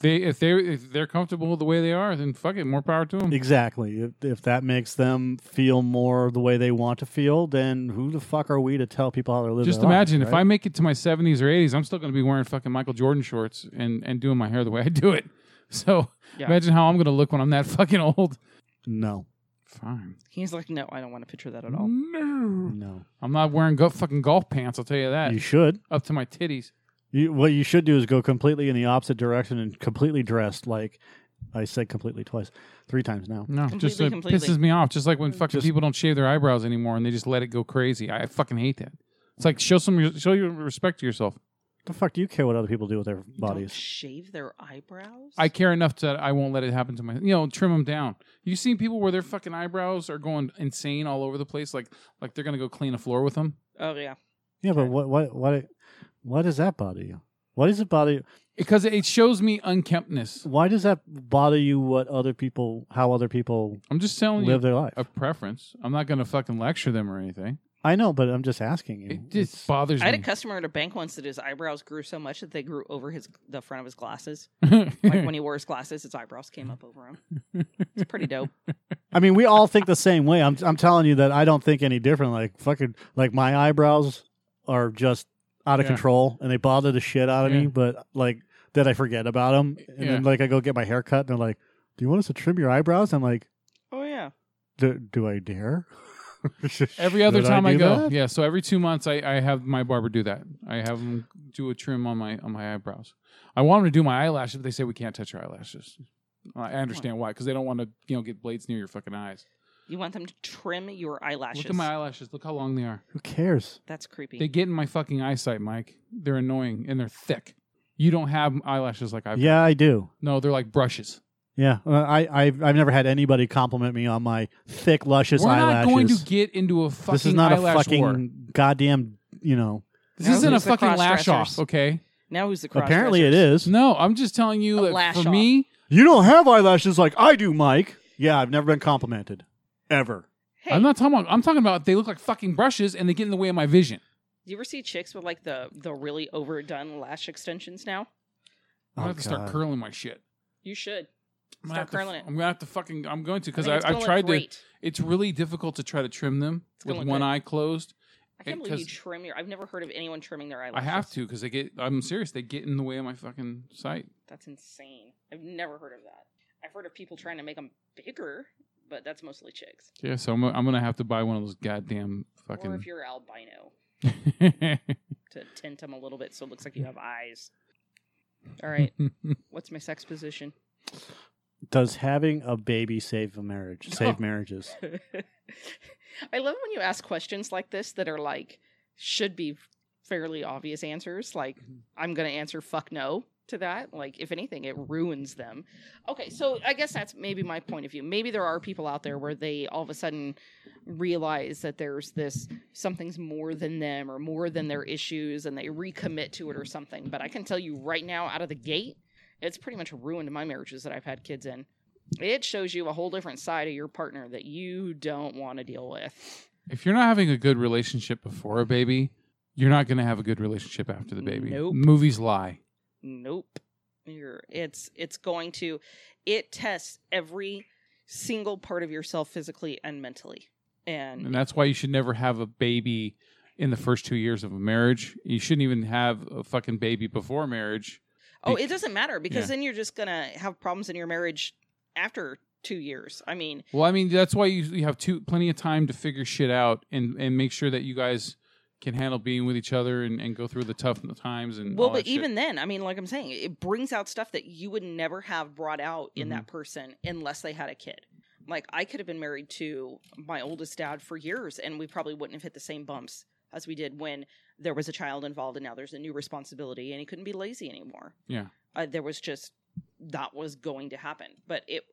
Speaker 3: they if they if they're comfortable with the way they are, then fuck it, more power to them.
Speaker 1: exactly if, if that makes them feel more the way they want to feel, then who the fuck are we to tell people how to live?
Speaker 3: Just
Speaker 1: their lives,
Speaker 3: imagine if
Speaker 1: right?
Speaker 3: I make it to my seventies or eighties, I'm still going to be wearing fucking Michael Jordan shorts and and doing my hair the way I do it. So
Speaker 2: Yeah.
Speaker 3: imagine how I'm going to look when I'm that fucking old.
Speaker 1: no
Speaker 3: Fine.
Speaker 2: He's like, no, I don't want to picture that at
Speaker 3: Mm,
Speaker 2: all.
Speaker 3: No,
Speaker 1: no
Speaker 3: I'm not wearing go- fucking golf pants. I'll tell you that.
Speaker 1: you should
Speaker 3: Up to my titties.
Speaker 1: You, what you should do is go completely in the opposite direction and completely dressed like I said completely twice, three times now.
Speaker 3: No, just
Speaker 2: Completely,
Speaker 3: it
Speaker 2: completely.
Speaker 3: pisses me off. Just like when fucking
Speaker 1: Just-
Speaker 3: people don't shave their eyebrows anymore and they just let it go crazy. I, I fucking hate that. It's like show some show your respect to yourself.
Speaker 1: The fuck do you care what other people do with their
Speaker 2: Don't
Speaker 1: bodies?
Speaker 2: shave their eyebrows.
Speaker 3: I care enough to I won't let it happen to my you know trim them down. You seen people where their fucking eyebrows are going insane all over the place, like like they're gonna go clean a floor with them.
Speaker 2: Oh yeah.
Speaker 1: Yeah, but what what what why does that bother you? Why does it bother you?
Speaker 3: Because it shows me unkemptness.
Speaker 1: Why does that bother you? What other people? How other people
Speaker 3: I'm just telling
Speaker 1: live
Speaker 3: you
Speaker 1: their life?
Speaker 3: a preference. I'm not gonna fucking lecture them or anything.
Speaker 1: I know, but I'm just asking you.
Speaker 3: It just
Speaker 1: It's-
Speaker 3: bothers
Speaker 2: I had a
Speaker 3: me.
Speaker 2: customer at a bank once that his eyebrows grew so much that they grew over his the front of his glasses. Like when he wore his glasses, his eyebrows came up over him. It's pretty dope.
Speaker 1: I mean, we all think the same way. I'm I'm telling you that I don't think any different. Like fucking like my eyebrows are just out of
Speaker 3: Yeah.
Speaker 1: control and they bother the shit out of me.
Speaker 3: Yeah.
Speaker 1: But like then I forget about them and then
Speaker 3: Yeah.
Speaker 1: like I go get my hair cut and they're like, "Do you want us to trim your eyebrows?" I'm like,
Speaker 2: Oh yeah.
Speaker 1: "Do, do I dare?"
Speaker 3: every other
Speaker 1: Should
Speaker 3: time I,
Speaker 1: do
Speaker 3: go,
Speaker 1: that?
Speaker 3: yeah. So every two months, I, I have my barber do that. I have him do a trim on my on my eyebrows. I want him to do my eyelashes, but they say we can't touch your eyelashes. I understand why, because they don't want to you know get blades near your fucking eyes.
Speaker 2: You want them to trim your eyelashes.
Speaker 3: Look at my eyelashes. Look how long they are.
Speaker 1: Who cares?
Speaker 2: That's creepy.
Speaker 3: They get in my fucking eyesight, Mike. They're annoying and they're thick. You don't have eyelashes like I've.
Speaker 1: Yeah, I do.
Speaker 3: No, they're like brushes.
Speaker 1: Yeah, Uh, I I've, I've never had anybody compliment me on my thick, luscious
Speaker 3: We're
Speaker 1: eyelashes.
Speaker 3: not going to get into a fucking
Speaker 1: this is not a
Speaker 3: eyelash
Speaker 1: fucking
Speaker 3: war.
Speaker 1: goddamn. You know,
Speaker 3: This
Speaker 2: No,
Speaker 3: isn't a
Speaker 2: who's the
Speaker 3: fucking lash
Speaker 2: cross-dressers?
Speaker 3: off, okay?
Speaker 2: now who's the cross
Speaker 1: apparently it is.
Speaker 3: No, I'm just telling
Speaker 2: A
Speaker 3: you that
Speaker 2: lash
Speaker 3: for
Speaker 2: off.
Speaker 3: me,
Speaker 1: You don't have eyelashes like I do, Mike. Yeah, I've never been complimented. Ever.
Speaker 2: Hey,
Speaker 3: I'm not talking about. I'm talking about they look like fucking brushes and they get in the way of my vision.
Speaker 2: do you ever see chicks with like the the really overdone lash extensions now?
Speaker 3: I'm gonna have to start curling my shit.
Speaker 2: You should.
Speaker 3: I'm gonna
Speaker 2: Start
Speaker 3: have to-
Speaker 2: curling it.
Speaker 3: I'm gonna have to fucking. I'm going to because
Speaker 2: think it's gonna
Speaker 3: I've
Speaker 2: look
Speaker 3: tried to.
Speaker 2: great.
Speaker 3: It's really difficult to try to trim them
Speaker 2: It's gonna
Speaker 3: with
Speaker 2: look
Speaker 3: one
Speaker 2: good.
Speaker 3: eye closed.
Speaker 2: I can't
Speaker 3: it-
Speaker 2: believe you
Speaker 3: 'cause-
Speaker 2: trim your. I've never heard of anyone trimming their
Speaker 3: I
Speaker 2: eyelashes.
Speaker 3: have to because they get. I'm serious. They get in the way of my fucking sight.
Speaker 2: That's insane. I've never heard of that. I've heard of people trying to make them bigger, but that's mostly chicks.
Speaker 3: Yeah, so I'm, I'm gonna have to buy one of those goddamn
Speaker 2: Or
Speaker 3: fucking.
Speaker 2: if you're albino,
Speaker 3: I
Speaker 2: to tint them a little bit so it looks like you have eyes. All right. What's my sex position?
Speaker 1: Does having a baby save a marriage? Save marriages.
Speaker 2: I love when you ask questions like this that are like, should be fairly obvious answers. Like, I'm going to answer fuck no to that. Like, if anything, it ruins them. Okay. So I guess that's maybe my point of view. Maybe there are people out there where they all of a sudden realize that there's this something's more than them or more than their issues and they recommit to it or something. But I can tell you right now, out of the gate, it's pretty much ruined my marriages that I've had kids in. It shows you a whole different side of your partner that you don't want to deal with.
Speaker 3: if you're not having a good relationship before a baby, you're not gonna have a good relationship after the baby.
Speaker 2: Nope.
Speaker 3: Movies lie.
Speaker 2: Nope. You're, it's it's going to it tests every single part of yourself physically and mentally. And
Speaker 3: And that's why you should never have a baby in the first two years of a marriage. You shouldn't even have a fucking baby before marriage.
Speaker 2: Oh,
Speaker 3: Bec-
Speaker 2: it doesn't matter because
Speaker 3: Yeah.
Speaker 2: then you're just gonna have problems in your marriage after two years. I mean,
Speaker 3: Well, I mean, that's why you, you have two plenty of time to figure shit out and, and make sure that you guys can handle being with each other and, and go through the tough times and
Speaker 2: well,
Speaker 3: all
Speaker 2: but
Speaker 3: that shit.
Speaker 2: even then, I mean, like I'm saying, it brings out stuff that you would never have brought out
Speaker 3: Mm-hmm.
Speaker 2: in that person unless they had a kid. Like I could have been married to my oldest dad for years, and we probably wouldn't have hit the same bumps as we did when there was a child involved, and now there's a new responsibility, and he couldn't be lazy anymore.
Speaker 3: Yeah.
Speaker 2: uh, there was just that was going to happen, but it,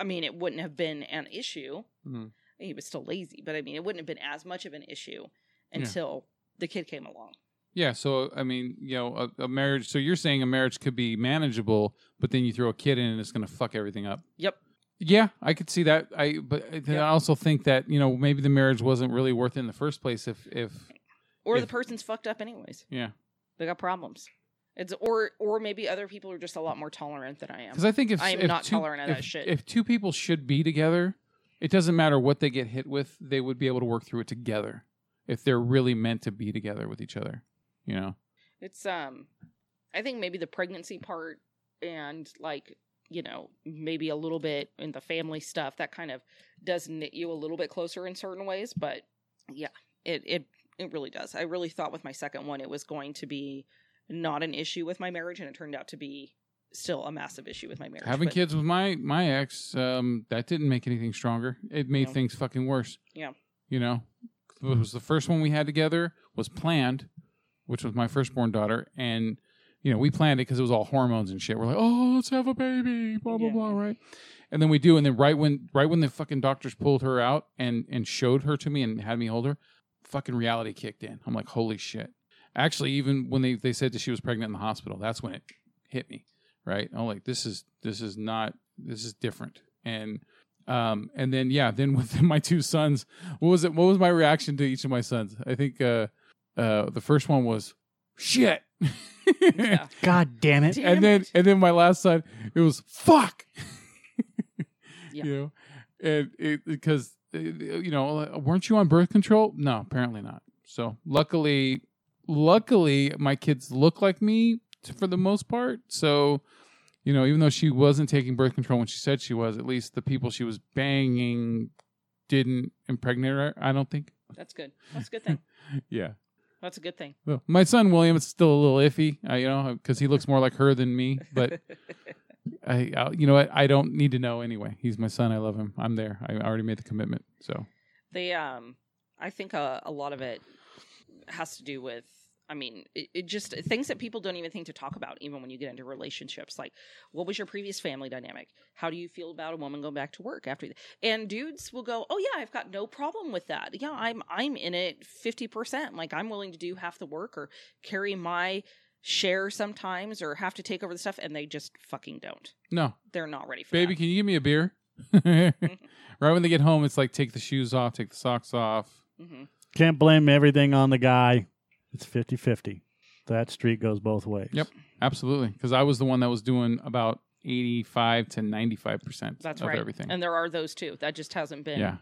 Speaker 2: I mean, it wouldn't have been an issue.
Speaker 3: Mhm.
Speaker 2: he was still lazy, but I mean, it wouldn't have been as much of an issue
Speaker 3: Yeah.
Speaker 2: until the kid came along.
Speaker 3: Yeah, so I mean, you know, a, a marriage. So you're saying a marriage could be manageable, but then you throw a kid in and it's going to fuck everything up.
Speaker 2: Yep.
Speaker 3: Yeah, I could see that. I but I- then I also think that you know maybe the marriage wasn't really worth it in the first place. If if
Speaker 2: Or the
Speaker 3: If-
Speaker 2: person's fucked up anyways.
Speaker 3: yeah,
Speaker 2: They got problems. It's or or maybe other people are just a lot more tolerant than I am.
Speaker 3: because I think if
Speaker 2: I am
Speaker 3: if
Speaker 2: not
Speaker 3: two,
Speaker 2: tolerant of
Speaker 3: if,
Speaker 2: that shit.
Speaker 3: If two people should be together, it doesn't matter what they get hit with. They would be able to work through it together if they're really meant to be together with each other. You know.
Speaker 2: It's um I think maybe the pregnancy part and like, you know, maybe a little bit in the family stuff that kind of does knit you a little bit closer in certain ways, but yeah, it it it really does. I really thought with my second one it was going to be not an issue with my marriage and it turned out to be still a massive issue with my marriage.
Speaker 3: Having
Speaker 2: but-
Speaker 3: kids with my my ex, um, that didn't make anything stronger. It made
Speaker 2: No.
Speaker 3: things fucking worse.
Speaker 2: Yeah.
Speaker 3: You know, it was the first one we had together was planned, which was my firstborn daughter, and you know we planned it because it was all hormones and shit. We're like, oh, let's have a baby, blah blah
Speaker 2: Yeah.
Speaker 3: blah, right? And then we do, and then right when right when the fucking doctors pulled her out and and showed her to me and had me hold her, fucking reality kicked in. I'm like, holy shit. Actually, even when they, they said that she was pregnant in the hospital, that's when it hit me. Right. I'm like, this is this is not this is different. And um and then yeah, then with my two sons, what was it what was my reaction to each of my sons? I think uh uh the first one was shit.
Speaker 2: Yeah.
Speaker 1: God damn it.
Speaker 2: Damn
Speaker 3: and then
Speaker 2: it.
Speaker 3: and then my last son it was fuck
Speaker 2: Yeah.
Speaker 3: you know and it because uh, you know weren't you on birth control no apparently not so luckily luckily my kids look like me t- for the most part so you know even though she wasn't taking birth control when she said she was at least the people she was banging didn't impregnate her i don't think
Speaker 2: That's good. That's a good thing.
Speaker 3: yeah
Speaker 2: That's a good thing.
Speaker 3: well, my son William is still a little iffy, uh, you know, because he looks more like her than me. But I, I, you know what? I don't need to know anyway. He's my son. I love him. I'm there. I already made the commitment. So
Speaker 2: They, um, I think a, a lot of it has to do with, I mean, it, it just things that people don't even think to talk about, even when you get into relationships. Like, what was your previous family dynamic? How do you feel about a woman going back to work after? And dudes will go, "Oh yeah, I've got no problem with that. Yeah, I'm I'm in it fifty percent. Like, I'm willing to do half the work or carry my share sometimes or have to take over the stuff." And they just fucking don't.
Speaker 3: no,
Speaker 2: They're not ready for
Speaker 3: baby,
Speaker 2: that.
Speaker 3: can you give me a beer? right when they get home, it's like take the shoes off, take the socks off.
Speaker 2: Mm-hmm.
Speaker 1: Can't blame everything on the guy. It's 50 50. That street goes both ways.
Speaker 3: Yep. Absolutely, because I was the one that was doing about eighty-five to ninety-five percent
Speaker 2: That's
Speaker 3: of
Speaker 2: right.
Speaker 3: everything.
Speaker 2: And there are those too. That just hasn't been.
Speaker 3: yeah,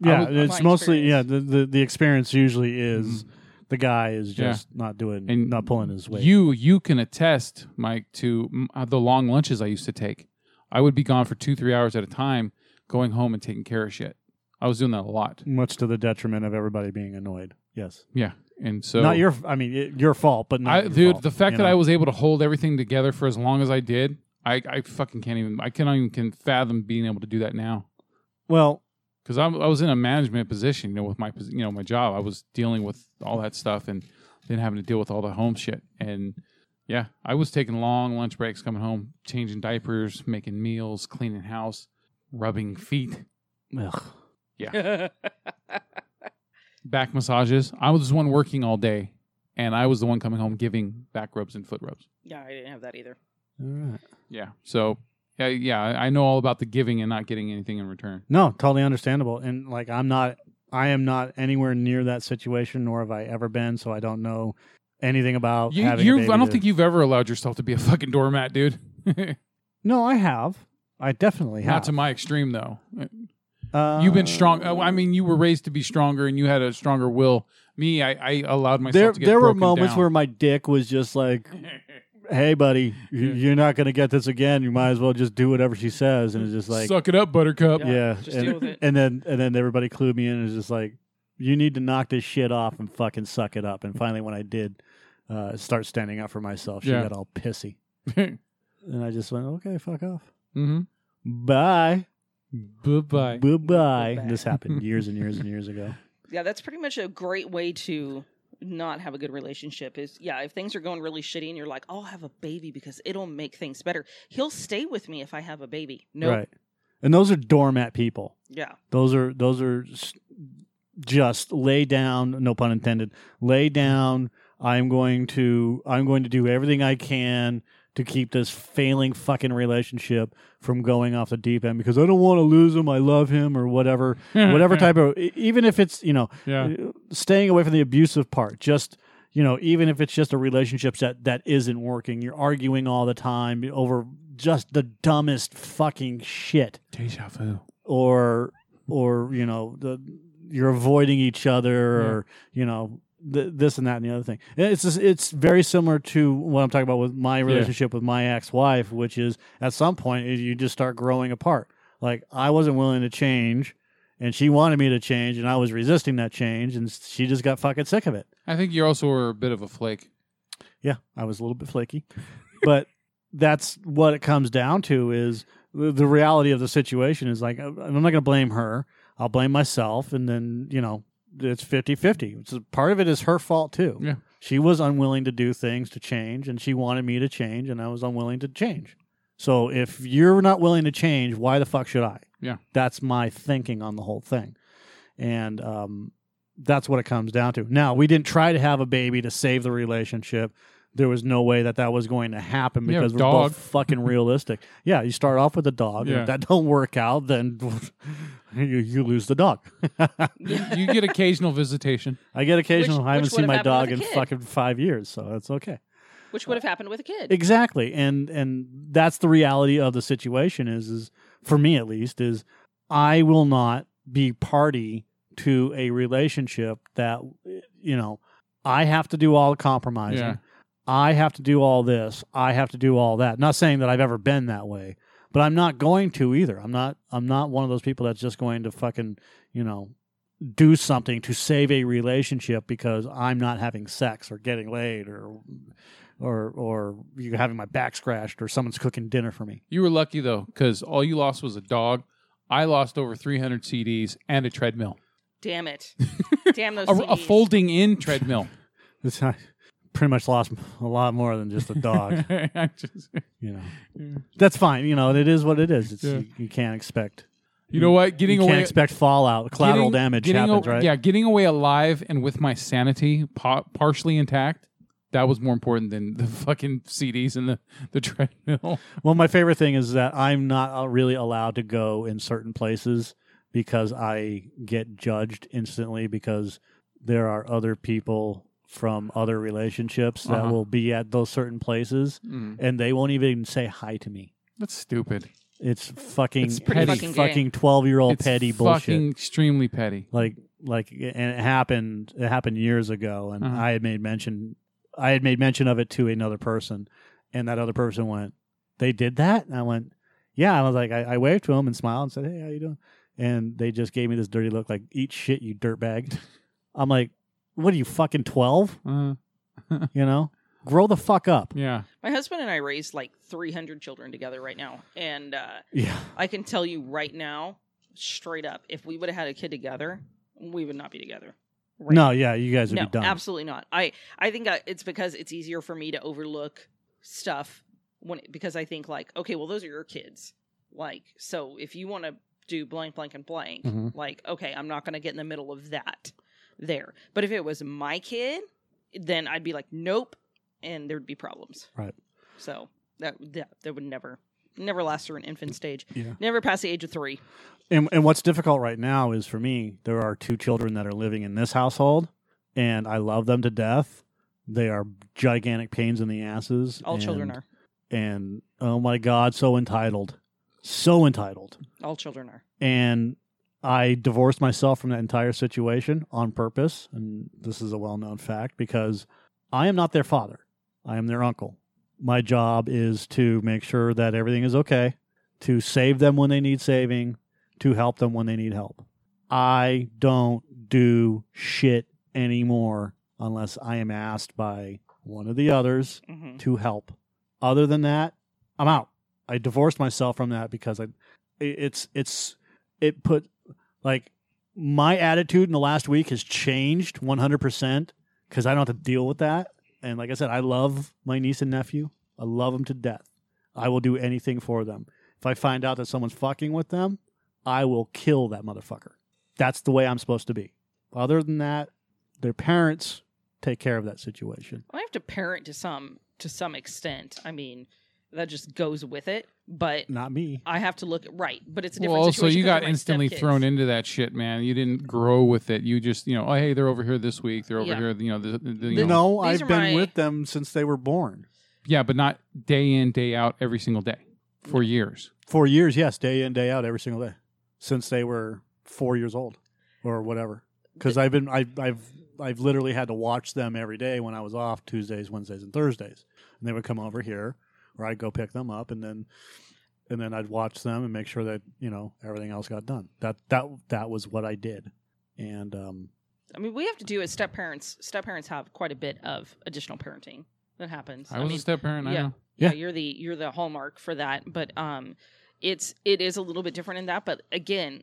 Speaker 1: Yeah.
Speaker 3: I was-
Speaker 1: it's
Speaker 2: my
Speaker 1: mostly, yeah,
Speaker 2: experience.
Speaker 1: the, the, the experience usually is the guy is
Speaker 3: Mm. Yeah.
Speaker 1: just not doing,
Speaker 3: And
Speaker 1: not pulling his weight.
Speaker 3: You you can attest, Mike, to mm, uh, the long lunches I used to take. I would be gone for two three hours at a time, going home and taking care of shit. I was doing that a lot.
Speaker 1: much to the detriment of everybody being annoyed. Yes.
Speaker 3: Yeah, and so
Speaker 1: not your, I mean, it, your fault, but not.
Speaker 3: I,
Speaker 1: your
Speaker 3: dude,
Speaker 1: fault,
Speaker 3: the fact
Speaker 1: you
Speaker 3: that
Speaker 1: know?
Speaker 3: I was able to hold everything together for as long as I did, I, I fucking can't even. I cannot even can fathom being able to do that now.
Speaker 1: Well,
Speaker 3: because I, I was in a management position, you know, with my pos- you know my job, I was dealing with all that stuff and then having to deal with all the home shit. And yeah, I was taking long lunch breaks, coming home, changing diapers, making meals, cleaning house, rubbing feet,
Speaker 1: ugh.
Speaker 3: back massages. I was the one working all day, and I was the one coming home giving back rubs and foot rubs.
Speaker 2: yeah, I didn't have that either.
Speaker 1: All right.
Speaker 3: Yeah, so. Yeah, yeah, I I know all about the giving and not getting anything in return.
Speaker 1: No, totally understandable. And like, I'm not, I am not anywhere near that situation, nor have I ever been. So I don't know anything about
Speaker 3: You,
Speaker 1: having. a
Speaker 3: you've,
Speaker 1: baby
Speaker 3: I don't
Speaker 1: to-
Speaker 3: think you've ever allowed yourself to be a fucking doormat, dude.
Speaker 1: No, I have. I definitely have.
Speaker 3: Not to my extreme, though.
Speaker 1: Uh,
Speaker 3: You've been strong. oh, I mean, you were raised to be stronger, and you had a stronger will. Me, I, I allowed myself
Speaker 1: there
Speaker 3: to get
Speaker 1: there were
Speaker 3: broken
Speaker 1: moments
Speaker 3: down.
Speaker 1: where my dick was just like, "Hey, buddy, you-
Speaker 3: Yeah.
Speaker 1: you're not going to get this again. You might as well just do whatever she says." And it's just like,
Speaker 3: suck it up, Buttercup.
Speaker 1: yeah.
Speaker 2: just
Speaker 1: and,
Speaker 2: deal with it.
Speaker 1: and then and then everybody clued me in and was just like, "You need to knock this shit off and fucking suck it up." And finally, when I did, uh, start standing up for myself, she
Speaker 3: Yeah.
Speaker 1: got all pissy, and I just went, "Okay, fuck off,
Speaker 3: mm-hmm.
Speaker 1: bye,
Speaker 3: Bye bye.
Speaker 1: bye, bye."
Speaker 2: Bye-bye.
Speaker 1: This happened years and years and years ago.
Speaker 2: Yeah, that's pretty much a great way to not have a good relationship is yeah, if things are going really shitty and you're like, I'll have a baby because it'll make things better. He'll stay with me if I have a baby. No.
Speaker 1: Right, and those are doormat people.
Speaker 2: Yeah.
Speaker 1: Those are those are s- just lay down. No pun intended. Lay down. I'm going to I'm going to do everything I can to keep this failing fucking relationship from going off the deep end because I don't want to lose him. I love him or whatever, whatever type of e- even if it's you know
Speaker 3: Yeah.
Speaker 1: uh, staying away from the abusive part. Just you know, even if it's just a relationship that that isn't working, you're arguing all the time over just the dumbest fucking shit
Speaker 3: Deja vu.
Speaker 1: or or you know the you're avoiding each other or you know th- this and that and the other thing. And It's just, it's very similar to what I'm talking about with my relationship with my ex-wife, which is at some point is you just start growing apart. Like I wasn't willing to change, and she wanted me to change, and I was resisting that change, and she just got fucking sick of it.
Speaker 3: I think you also were a bit of a flake.
Speaker 1: Yeah, I was a little bit flaky, but that's what it comes down to is the the reality of the situation is like I'm not going to blame her. I'll blame myself and then, you know, it's 50-50. So part of it is her fault too.
Speaker 3: Yeah.
Speaker 1: She was unwilling to do things to change and she wanted me to change and I was unwilling to change. So if you're not willing to change, why the fuck should I?
Speaker 3: Yeah.
Speaker 1: That's my thinking on the whole thing. And um that's what it comes down to. Now, we didn't try to have a baby to save the relationship. There was no way that that was going to happen
Speaker 3: Yeah,
Speaker 1: because we're
Speaker 3: dog.
Speaker 1: both fucking realistic. Yeah, you start off with a dog. and
Speaker 3: Yeah.
Speaker 1: If that don't work out, then you, you lose the dog.
Speaker 3: you get occasional visitation.
Speaker 1: I get occasional.
Speaker 2: Which-
Speaker 1: I haven't
Speaker 2: which
Speaker 1: seen
Speaker 2: would've
Speaker 1: my dog
Speaker 2: happened with a
Speaker 1: in
Speaker 2: kid.
Speaker 1: fucking five years, so that's okay.
Speaker 2: Which would have happened with a kid.
Speaker 1: Exactly, and and that's the reality of the situation. Is is for me at least is I will not be party to a relationship that you know I have to do all the compromising.
Speaker 3: Yeah.
Speaker 1: I have to do all this. I have to do all that. Not saying that I've ever been that way, but I'm not going to either. I'm not. I'm not one of those people that's just going to fucking you know do something to save a relationship because I'm not having sex or getting laid or or or you having my back scratched or someone's cooking dinner for me.
Speaker 3: You were lucky though, because all you lost was a dog. I lost over 300 CDs and a treadmill,
Speaker 2: Damn it. Damn those
Speaker 3: a, a
Speaker 2: CDs.
Speaker 3: folding in treadmill.
Speaker 1: It's I pretty much lost a lot more than just a dog.
Speaker 3: I just-
Speaker 1: you know,
Speaker 3: Yeah.
Speaker 1: that's fine. You know, it is what it is. It's,
Speaker 3: Yeah.
Speaker 1: you, you can't expect.
Speaker 3: you know what? Getting
Speaker 1: you
Speaker 3: away,
Speaker 1: can't expect fallout, collateral
Speaker 3: getting-
Speaker 1: damage
Speaker 3: getting
Speaker 1: happens,
Speaker 3: a-
Speaker 1: right?
Speaker 3: Yeah, getting away alive and with my sanity pa- partially intact. That was more important than the fucking CDs and the, the treadmill.
Speaker 1: Well, my favorite thing is that I'm not uh, really allowed to go in certain places because I get judged instantly because there are other people from other relationships that
Speaker 3: Uh-huh.
Speaker 1: will be at those certain places
Speaker 3: Mm.
Speaker 1: and they won't even say hi to me.
Speaker 3: That's stupid.
Speaker 1: It's fucking
Speaker 3: It's pretty
Speaker 1: petty
Speaker 2: fucking gay.
Speaker 1: fucking 12-year-old
Speaker 3: It's
Speaker 1: petty bullshit.
Speaker 3: fucking extremely petty.
Speaker 1: like like and it happened it happened years ago and
Speaker 3: Uh-huh.
Speaker 1: i had made mention i had made mention of it to another person and that other person went they did that and i went yeah i was like i, I waved to him and smiled and said hey how you doing and they just gave me this dirty look like eat shit you dirtbag i'm like what are you fucking 12
Speaker 3: Uh,
Speaker 1: you know grow the fuck up
Speaker 3: yeah.
Speaker 2: My husband and I raised like 300 children together right now. And uh,
Speaker 1: yeah
Speaker 2: I can tell you right now, straight up, if we would have had a kid together, we would not be together. Right
Speaker 1: no yeah you guys would
Speaker 2: no,
Speaker 1: be done
Speaker 2: absolutely not. I I think I, it's because it's easier for me to overlook stuff when because I think like, okay, well those are your kids. Like, so if you want to do blank blank and blank,
Speaker 1: Mhm.
Speaker 2: like, okay, I'm not going to get in the middle of that there. But if it was my kid, then I'd be like, nope, and there'd be problems.
Speaker 1: Right.
Speaker 2: So that that, that would never never last through an infant stage.
Speaker 1: Yeah.
Speaker 2: Never past the age of 3.
Speaker 1: And, and what's difficult right now is for me, there are two children that are living in this household, and I love them to death, They are gigantic pains in the asses.
Speaker 2: All children
Speaker 1: and-
Speaker 2: are.
Speaker 1: And oh my God, so entitled. So entitled.
Speaker 2: All children are.
Speaker 1: and I divorced myself from that entire situation on purpose. And this is a well known fact because I am not their father, I am their uncle. My job is to make sure that everything is okay, to save them when they need saving, to help them when they need help. I don't do shit anymore unless I am asked by one of the others
Speaker 2: hmm
Speaker 1: to help. Other than that, I'm out. I divorced myself from that because I it- it's it's it put like my attitude in the last week has changed 100% cuz I don't have to deal with that. And like I said, I love my niece and nephew. I love them to death. I will do anything for them. If I find out that someone's fucking with them, I will kill that motherfucker. That's the way I'm supposed to be. Other than that, their parents take care of that situation.
Speaker 2: I have to parent to some to some extent. I mean, that just goes with it. But
Speaker 1: Not me.
Speaker 2: I have to look right. But it's a different
Speaker 3: Well, also
Speaker 2: situation.
Speaker 3: you
Speaker 2: 'cause
Speaker 3: got
Speaker 2: they're my
Speaker 3: instantly
Speaker 2: stepkids.
Speaker 3: thrown into that shit, man. You didn't grow with it. You just, you know, oh hey, they're over here this week. They're over
Speaker 2: Yeah.
Speaker 3: here. You know, the, the, you
Speaker 2: The-
Speaker 3: know,
Speaker 1: No,
Speaker 2: These
Speaker 1: I've
Speaker 2: are
Speaker 1: been
Speaker 2: my-
Speaker 1: with them since they were born.
Speaker 3: yeah, but not day in day out every single day for years.
Speaker 1: Four years, yes, day in, day out, every single day since they were four years old or whatever. Because I've been, I, I've, I've literally had to watch them every day when I was off Tuesdays, Wednesdays, and Thursdays, and they would come over here, or I'd go pick them up, and then, and then I'd watch them and make sure that you know everything else got done. That that that was what I did, and um,
Speaker 2: I mean, we have to do as step parents. Step parents have quite a bit of additional parenting that happens.
Speaker 3: I was
Speaker 2: mean,
Speaker 3: a step parent. I
Speaker 2: yeah.
Speaker 3: know.
Speaker 1: Yeah.
Speaker 2: yeah. you're the you're the hallmark for that but um it's it is a little bit different in that but again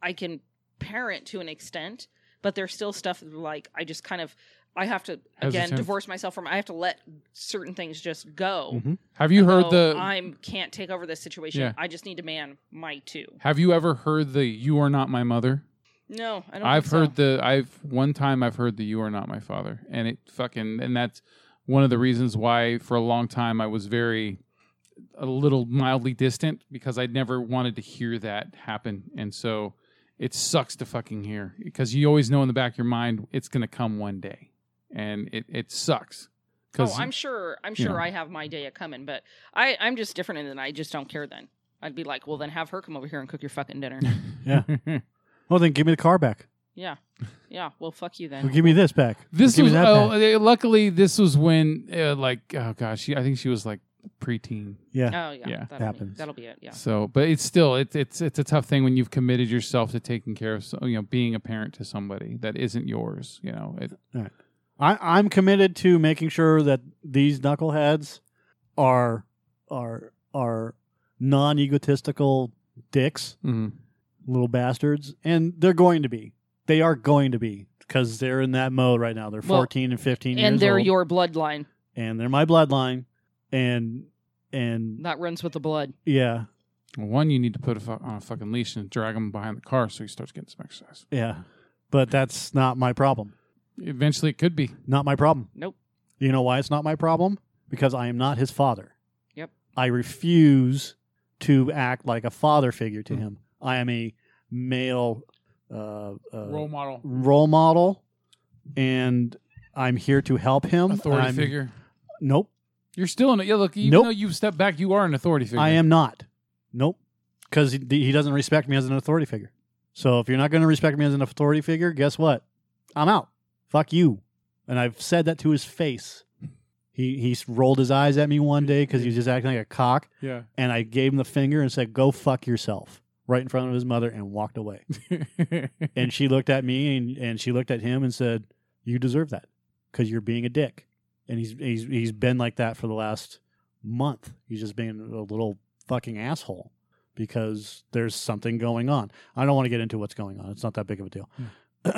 Speaker 2: i can parent to an extent but there's still stuff like i just kind of i have to again
Speaker 3: Hesitant.
Speaker 2: divorce myself from i have to let certain things just
Speaker 3: Mm-hmm.
Speaker 2: go
Speaker 1: Mhm.
Speaker 3: Have you heard
Speaker 2: So
Speaker 3: the?
Speaker 2: i'm can't take over this situation
Speaker 3: Yeah.
Speaker 2: i just need to man my two
Speaker 3: have you ever heard the "You are not my mother"?
Speaker 2: no i don't
Speaker 3: I've
Speaker 2: think so.
Speaker 3: heard the I've one time I've heard the you are not my father and it fucking and that's one of the reasons why for a long time I was very a little mildly distant because I never wanted to hear that happen and so it sucks to fucking hear because you always know in the back of your mind it's going to come one day and it it sucks
Speaker 2: oh
Speaker 3: cuz
Speaker 2: i'm sure i'm
Speaker 3: you
Speaker 2: sure
Speaker 3: know.
Speaker 2: i have my day a coming but i i'm just different and then i just don't care then i'd be like well then have her come over here and cook your fucking dinner
Speaker 1: well, oh, then give me the car back.
Speaker 2: Yeah. Yeah. Well, fuck you
Speaker 1: Well,
Speaker 2: then.
Speaker 1: give me this back.
Speaker 3: This
Speaker 1: give
Speaker 3: was
Speaker 1: me that
Speaker 3: oh,
Speaker 1: back.
Speaker 3: uh, luckily this was when uh, like oh gosh she, I think she was like preteen
Speaker 1: yeah.
Speaker 2: Oh, yeah.
Speaker 3: Yeah.
Speaker 2: that'll Be,
Speaker 1: Happens.
Speaker 2: that'll be it. Yeah.
Speaker 3: So, but it's still it's it's it's a tough thing when you've committed yourself to taking care of so, you know being a parent to somebody that isn't yours. You know, it,
Speaker 1: I, I'm committed to making sure that these knuckleheads are are are non egotistical dicks, little bastards, and they're going to be. They are going to be because they're in that mode right now. They're
Speaker 2: Well,
Speaker 1: 14 and 15 years
Speaker 2: And they're
Speaker 1: old,
Speaker 2: your bloodline
Speaker 1: and they're my bloodline, and and
Speaker 2: that runs with the blood.
Speaker 1: yeah,
Speaker 3: one you need to put a fu- on a fucking leash and drag him behind the car so he starts getting some exercise.
Speaker 1: yeah. But that's not my problem.
Speaker 3: Eventually, it could be.
Speaker 1: Not my problem.
Speaker 2: Nope.
Speaker 1: You know why it's not my problem? Because I am not his father.
Speaker 2: Yep.
Speaker 1: I refuse to act like a father figure to
Speaker 3: Hmm.
Speaker 1: him. I am a male uh, uh,
Speaker 3: Role model,
Speaker 1: role model, and I'm here to help him.
Speaker 3: authority
Speaker 1: I'm-
Speaker 3: figure.
Speaker 1: Nope,
Speaker 3: You're still in it. Yeah, look, even
Speaker 1: Nope.
Speaker 3: though you've stepped back, you are an authority figure.
Speaker 1: I am not. Nope, because he, he doesn't respect me as an authority figure. So if you're not going to respect me as an authority figure, guess what? I'm out. Fuck you. And I've said that to his face. He he rolled his eyes at me one day because he was just acting like a cock.
Speaker 3: Yeah.
Speaker 1: and I gave him the finger and said, "Go fuck yourself," right in front of his mother, and walked away. and she looked at me and, and she looked at him and said, "You deserve that because you're being a dick." And he's he's he's been like that for the last month. He's just being a little fucking asshole because there's something going on. I don't want to get into what's going on. It's not that big of a deal.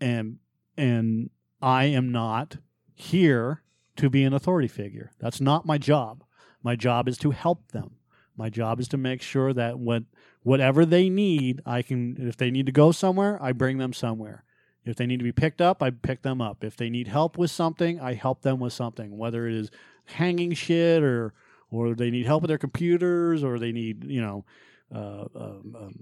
Speaker 1: and and I am not here to be an authority figure. That's not my job. My job is to help them. My job is to make sure that what whatever they need, I can if they need to go somewhere, I bring them somewhere. If they need to be picked up, I pick them up. If they need help with something, I help them with something, whether it is hanging shit or or they need help with their computers or they need, you know, uh, um, um,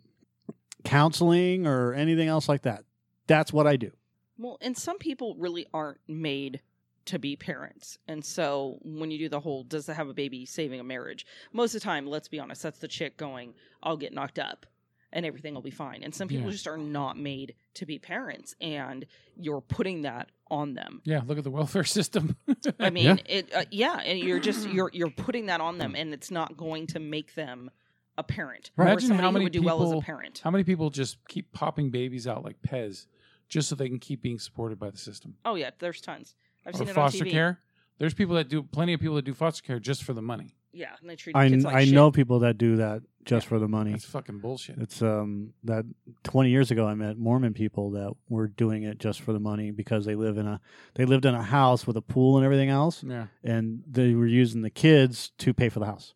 Speaker 1: counseling or anything else like that. That's what I do.
Speaker 2: Well, and some people really aren't made to be parents. And so when you do the whole does it have a baby saving a marriage, most of the time, let's be honest, that's the chick going, I'll get knocked up and everything will be fine. And some people
Speaker 3: Yeah.
Speaker 2: just are not made to be parents and you're putting that on them.
Speaker 3: Yeah, look at the welfare system.
Speaker 2: I mean, it uh, yeah, and you're just you're you're putting that on them and it's not going to make them a parent. or
Speaker 3: Imagine
Speaker 2: somebody
Speaker 3: how
Speaker 2: who
Speaker 3: many
Speaker 2: would do well as a
Speaker 3: people-
Speaker 2: parent.
Speaker 3: How many people just keep popping babies out like Pez just so they can keep being supported by the system?
Speaker 2: Oh yeah, there's tons. I've seen
Speaker 3: or
Speaker 2: it
Speaker 3: foster
Speaker 2: on TV.
Speaker 3: care. There's people that do plenty of people that do foster care just for the money.
Speaker 2: Yeah, and they treat
Speaker 1: I,
Speaker 2: kids like
Speaker 1: I
Speaker 2: shit.
Speaker 1: know people that do that just for the money.
Speaker 3: That's fucking bullshit.
Speaker 1: It's um that 20 years ago I met Mormon people that were doing it just for the money because they live in a they lived in a house with a pool and everything else
Speaker 3: yeah.
Speaker 1: and they were using the kids to pay for the house.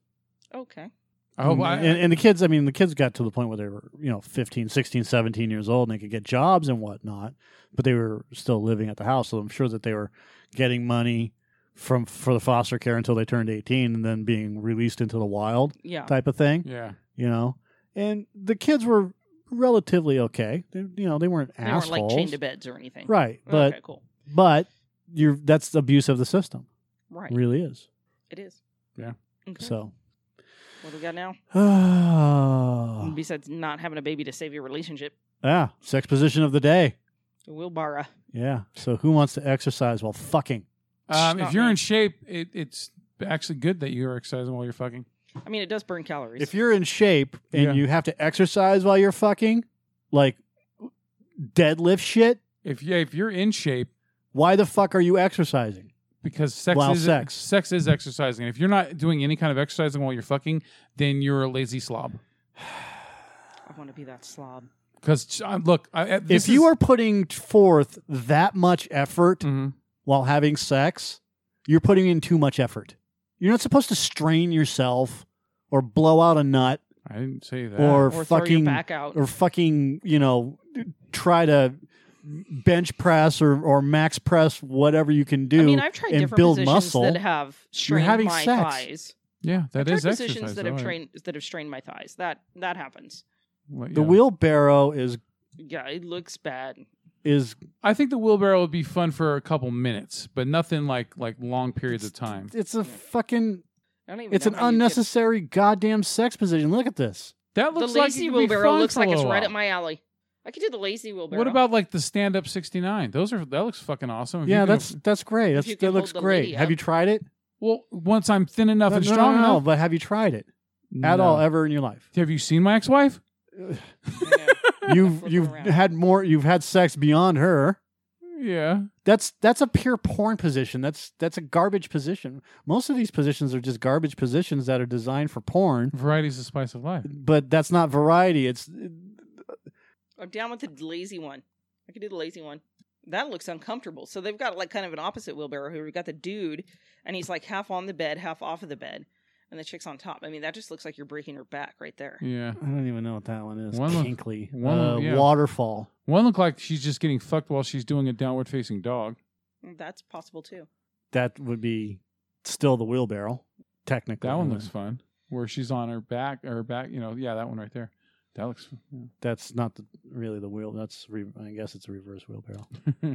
Speaker 2: Okay.
Speaker 3: I hope I,
Speaker 1: and, and the kids, I mean, the kids got to the point where they were, you know, 15, 16, 17 years old and they could get jobs and whatnot, but they were still living at the house. So I'm sure that they were getting money from for the foster care until they turned 18 and then being released into the wild
Speaker 2: Yeah.
Speaker 1: type of thing
Speaker 3: yeah.
Speaker 1: you know. And the kids were relatively okay. They, you know, they weren't
Speaker 2: They
Speaker 1: assholes,
Speaker 2: weren't like chained to beds or anything. Oh,
Speaker 1: right? But
Speaker 2: okay, cool.
Speaker 1: but you're that's abuse of the system.
Speaker 2: Right.
Speaker 1: Really is.
Speaker 2: It is.
Speaker 3: Yeah.
Speaker 2: Okay.
Speaker 1: So
Speaker 2: what do we got now?
Speaker 1: ah,
Speaker 2: Besides not having a baby to save your relationship,
Speaker 1: sex position of the day.
Speaker 2: Will Barra.
Speaker 1: Yeah. So who wants to exercise while fucking?
Speaker 3: Um, if
Speaker 2: Not
Speaker 3: you're
Speaker 2: me.
Speaker 3: in shape, it, it's actually good that you're exercising while you're fucking.
Speaker 2: I mean, it does burn calories.
Speaker 1: If you're in shape and
Speaker 3: Yeah.
Speaker 1: you have to exercise while you're fucking, like deadlift shit,
Speaker 3: If you if you're in shape,
Speaker 1: why the fuck are you exercising?
Speaker 3: because sex
Speaker 1: While
Speaker 3: is
Speaker 1: sex.
Speaker 3: is exercising. And if you're not doing any kind of exercising while you're fucking, then you're a lazy slob.
Speaker 2: I want to be that slob.
Speaker 3: Because uh, look, I, I- this
Speaker 1: if you
Speaker 3: is-
Speaker 1: are putting forth that much effort
Speaker 3: Mhm.
Speaker 1: while having sex, you're putting in too much effort. You're not supposed to strain yourself or blow out a nut
Speaker 3: I didn't say that.
Speaker 1: or,
Speaker 2: Or throw your
Speaker 1: fucking
Speaker 2: back out.
Speaker 1: or fucking, you know, try to bench press or, or max press whatever you can do
Speaker 2: I mean, I've tried
Speaker 1: and
Speaker 2: different
Speaker 1: build
Speaker 2: positions
Speaker 1: muscle.
Speaker 2: that have strained
Speaker 1: having
Speaker 2: my
Speaker 1: sex.
Speaker 2: thighs.
Speaker 3: yeah, that
Speaker 2: I've
Speaker 3: is
Speaker 2: tried
Speaker 3: exercise.
Speaker 2: positions that
Speaker 3: though,
Speaker 2: have
Speaker 3: right?
Speaker 2: trained that have strained my thighs. That that happens.
Speaker 3: Well,
Speaker 1: The
Speaker 3: yeah.
Speaker 1: wheelbarrow is
Speaker 2: Yeah, it looks bad.
Speaker 1: is
Speaker 3: I think the wheelbarrow would be fun for a couple minutes, but nothing like like long periods of time.
Speaker 1: it's a fucking
Speaker 2: I don't even.
Speaker 1: it's
Speaker 2: know
Speaker 1: an
Speaker 2: how you get-
Speaker 1: unnecessary goddamn sex position. Look at this.
Speaker 3: That
Speaker 2: The
Speaker 3: looks like it
Speaker 2: lazy
Speaker 3: could be
Speaker 2: wheelbarrow
Speaker 3: fun
Speaker 2: looks
Speaker 3: for a
Speaker 2: like it's
Speaker 3: little
Speaker 2: right
Speaker 3: while.
Speaker 2: up my alley. I could do the lazy wheelbarrow.
Speaker 3: What about like the stand up sixty nine? Those are that looks fucking awesome. If Oh, you
Speaker 1: Yeah,
Speaker 3: can
Speaker 1: that's that's great.
Speaker 2: if
Speaker 1: That's,
Speaker 2: you
Speaker 1: that
Speaker 2: can hold
Speaker 1: looks
Speaker 2: the
Speaker 1: great.
Speaker 2: lady
Speaker 1: Have
Speaker 2: up.
Speaker 1: you tried it?
Speaker 3: Well, once I'm thin enough and
Speaker 1: no, no,
Speaker 3: strong
Speaker 1: no, no,
Speaker 3: enough
Speaker 1: but have you tried it at all ever in your life?
Speaker 3: Have you seen my ex-wife?
Speaker 1: You've
Speaker 2: Flipping
Speaker 1: you've
Speaker 2: around.
Speaker 1: had more. You've had sex beyond her.
Speaker 3: Yeah.
Speaker 1: That's that's a pure porn position. That's that's a garbage position. Most of these positions are just garbage positions that are designed for porn.
Speaker 3: Variety's the spice of life.
Speaker 1: But that's not variety. It's
Speaker 2: I'm down with the lazy one. I could do the lazy one. That looks uncomfortable. So they've got like kind of an opposite wheelbarrow here. We've got the dude, and he's like half on the bed, half off of the bed, and the chick's on top. I mean, that just looks like you're breaking her back right there.
Speaker 3: Yeah.
Speaker 1: I don't even know what that one is.
Speaker 3: One look-
Speaker 1: Kinkly
Speaker 3: one look-
Speaker 1: Uh,
Speaker 3: yeah.
Speaker 1: waterfall.
Speaker 3: One looked like she's just getting fucked while she's doing a downward facing dog.
Speaker 2: Mm, That's possible too.
Speaker 1: That would be still the wheelbarrow. Technically, Uh,
Speaker 3: That one looks fun. Where she's on her back, her back, you know, yeah, that one right there. That looks.
Speaker 1: That's not the, really the wheel. That's re, I guess it's a reverse wheelbarrow.
Speaker 3: yeah.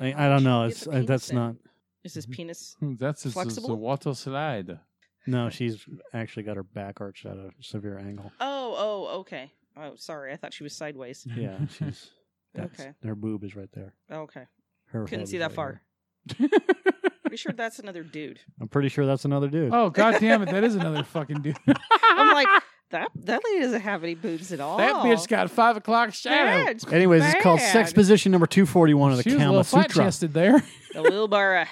Speaker 1: I, I don't know.
Speaker 2: Get
Speaker 1: It's
Speaker 2: the
Speaker 1: uh, that's
Speaker 2: penis in.
Speaker 1: not.
Speaker 2: Is
Speaker 1: Mm-hmm.
Speaker 2: this penis?
Speaker 3: That's it's a
Speaker 2: Flexible?
Speaker 3: water slide.
Speaker 1: No, she's actually got her back arched at a severe angle.
Speaker 2: Oh, oh, okay. Oh, sorry. I thought she was sideways.
Speaker 1: Yeah, she's that's,
Speaker 2: Okay.
Speaker 1: Her boob is right there.
Speaker 2: Okay.
Speaker 1: Mm-hmm. Her head
Speaker 2: Couldn't
Speaker 1: is
Speaker 2: see that
Speaker 1: right
Speaker 2: far.
Speaker 1: here.
Speaker 2: Pretty sure that's another dude.
Speaker 1: I'm pretty sure that's another dude.
Speaker 3: oh god damn it! That is another fucking dude.
Speaker 2: I'm like, "Oh." that that lady doesn't have any boobs at all.
Speaker 3: that bitch got five o'clock shadow.
Speaker 2: Yeah, it's
Speaker 1: Anyways, it's called sex
Speaker 2: bad.
Speaker 1: position number two forty one of the
Speaker 3: she was a
Speaker 1: Kama
Speaker 3: little flat
Speaker 1: Sutra.
Speaker 3: chested there.
Speaker 2: The wheelbarrow.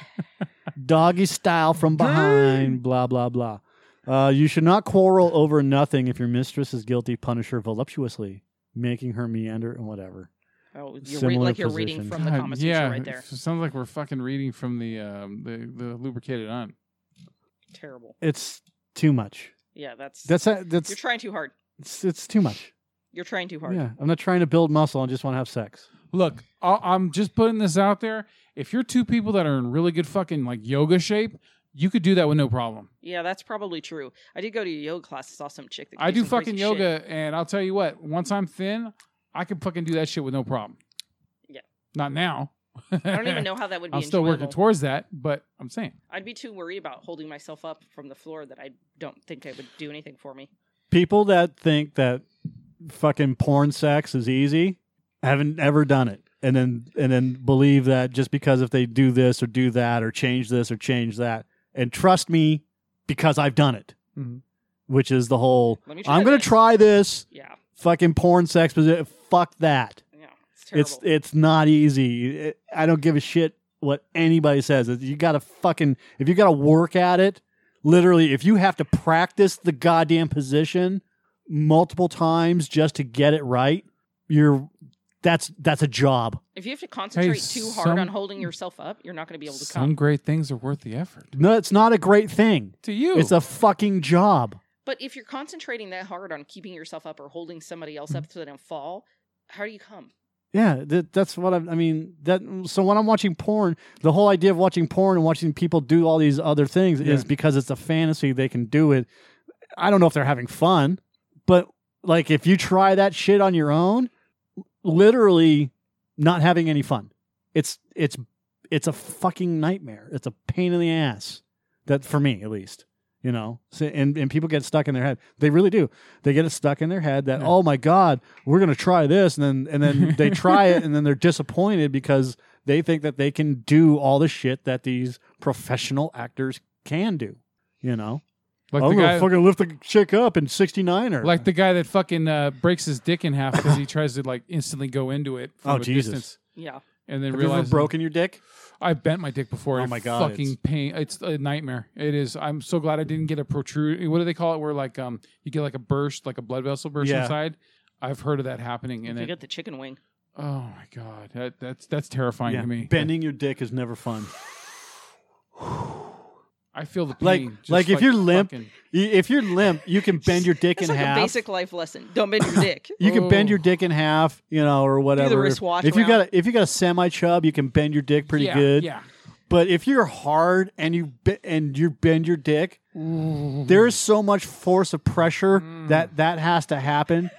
Speaker 1: Doggy style from behind. blah blah blah. Uh, you should not quarrel over nothing. If your mistress is guilty, punish her voluptuously, making her meander and whatever.
Speaker 2: Oh, you're re-
Speaker 1: Similar
Speaker 2: like you're reading
Speaker 1: position. Uh,
Speaker 2: from the
Speaker 3: God,
Speaker 2: Kama Sutra
Speaker 3: yeah,
Speaker 2: right there.
Speaker 3: it sounds like we're fucking reading from the um, the, the lubricated aunt.
Speaker 2: Terrible.
Speaker 1: It's too much.
Speaker 2: Yeah, that's,
Speaker 1: That's a, that's
Speaker 2: you're trying too hard.
Speaker 1: it's, it's too much.
Speaker 2: You're trying too hard.
Speaker 1: Yeah, I'm not trying to build muscle. I just want to have sex.
Speaker 3: Look, I- I'm just putting this out there. If you're two people that are in really good fucking like yoga shape, you could do that with no problem.
Speaker 2: Yeah, that's probably true. I did go to a yoga class. Saw some chick that
Speaker 3: I do
Speaker 2: some crazy
Speaker 3: fucking
Speaker 2: shit.
Speaker 3: yoga, and I'll tell you what. Once I'm thin, I can fucking do that shit with no problem.
Speaker 2: Yeah.
Speaker 3: Not now.
Speaker 2: I don't even know how that would be.
Speaker 3: I'm still working
Speaker 2: enjoyable.
Speaker 3: towards that, but I'm saying
Speaker 2: I'd be too worried about holding myself up from the floor that I don't think it would do anything for me.
Speaker 1: People that think that fucking porn sex is easy haven't ever done it. And then and then believe that just because if they do this or do that or change this or change that. And trust me, because I've done it.
Speaker 3: Mhm.
Speaker 1: Which is the whole
Speaker 2: Let me try
Speaker 1: I'm gonna
Speaker 2: this."
Speaker 1: try this
Speaker 2: Yeah,
Speaker 1: fucking porn sex posi- fuck that.
Speaker 2: yeah, it's terrible.
Speaker 1: It's it's not easy. It- I don't give a shit what anybody says. It's- You got to fucking if you got to work at it. Literally, if you have to practice the goddamn position multiple times just to get it right, you're that's that's a job.
Speaker 2: if you have to concentrate too hard
Speaker 3: some-
Speaker 2: on holding yourself up, you're not going to be able to
Speaker 3: some
Speaker 2: come.
Speaker 3: great things are worth the effort.
Speaker 1: No, it's not a great thing.
Speaker 3: To you,
Speaker 1: It's a fucking job.
Speaker 2: But if you're concentrating that hard on keeping yourself up or holding somebody else up so they don't fall, how do you come?
Speaker 1: Yeah, that, that's what I, I mean. That so when I'm watching porn, the whole idea of watching porn and watching people do all these other things
Speaker 3: Yeah.
Speaker 1: is because it's a fantasy they can do it. I don't know if they're having fun, but like if you try that shit on your own, literally not having any fun. It's it's it's a fucking nightmare. It's a pain in the ass. That for me at least, you know. So, and and people get stuck in their head. They really do. They get it stuck in their head that
Speaker 3: Yeah.
Speaker 1: oh my god, we're gonna try this, and then and then they try it, and then they're disappointed because they think that they can do all the shit that these professional actors can do. You know,
Speaker 3: like
Speaker 1: I'm
Speaker 3: the
Speaker 1: gonna
Speaker 3: guy,
Speaker 1: fucking lift the chick up in '69 or
Speaker 3: like the guy that fucking uh, breaks his dick in half because he tries to like instantly go into it from
Speaker 1: Oh,
Speaker 3: a
Speaker 1: Jesus.
Speaker 3: distance,
Speaker 2: Yeah.
Speaker 3: and then
Speaker 1: Have you ever
Speaker 3: realizes
Speaker 1: broken your dick?
Speaker 3: I've bent my dick before.
Speaker 1: Oh
Speaker 3: It
Speaker 1: my God,
Speaker 3: fucking
Speaker 1: it's-
Speaker 3: pain! It's a nightmare. It is. I'm so glad I didn't get a protrude. What do they call it? Where like um you get like a burst, like a blood vessel burst
Speaker 1: Yeah.
Speaker 3: inside. I've heard of that happening, and
Speaker 2: you
Speaker 3: it,
Speaker 2: get the chicken wing.
Speaker 3: oh my god, that, that's that's terrifying to me.
Speaker 1: Bending your dick is never fun.
Speaker 3: I feel the pain.
Speaker 1: Like-
Speaker 3: just
Speaker 1: like if you're limp-
Speaker 3: fucking-
Speaker 1: Y- If you're limp, you can bend your dick
Speaker 2: That's
Speaker 1: in
Speaker 2: like
Speaker 1: half.
Speaker 2: a basic life lesson. Don't bend your dick.
Speaker 1: You can bend
Speaker 3: Oh.
Speaker 1: your dick in half, you know, or whatever.
Speaker 2: wrist watch
Speaker 1: if you
Speaker 2: around.
Speaker 1: got a, if you got a semi chub, you can bend your dick pretty
Speaker 3: yeah,
Speaker 1: good.
Speaker 3: Yeah.
Speaker 1: But if you're hard and you be- and you bend your dick, there is so much force of pressure
Speaker 2: Mm.
Speaker 1: that that has to happen.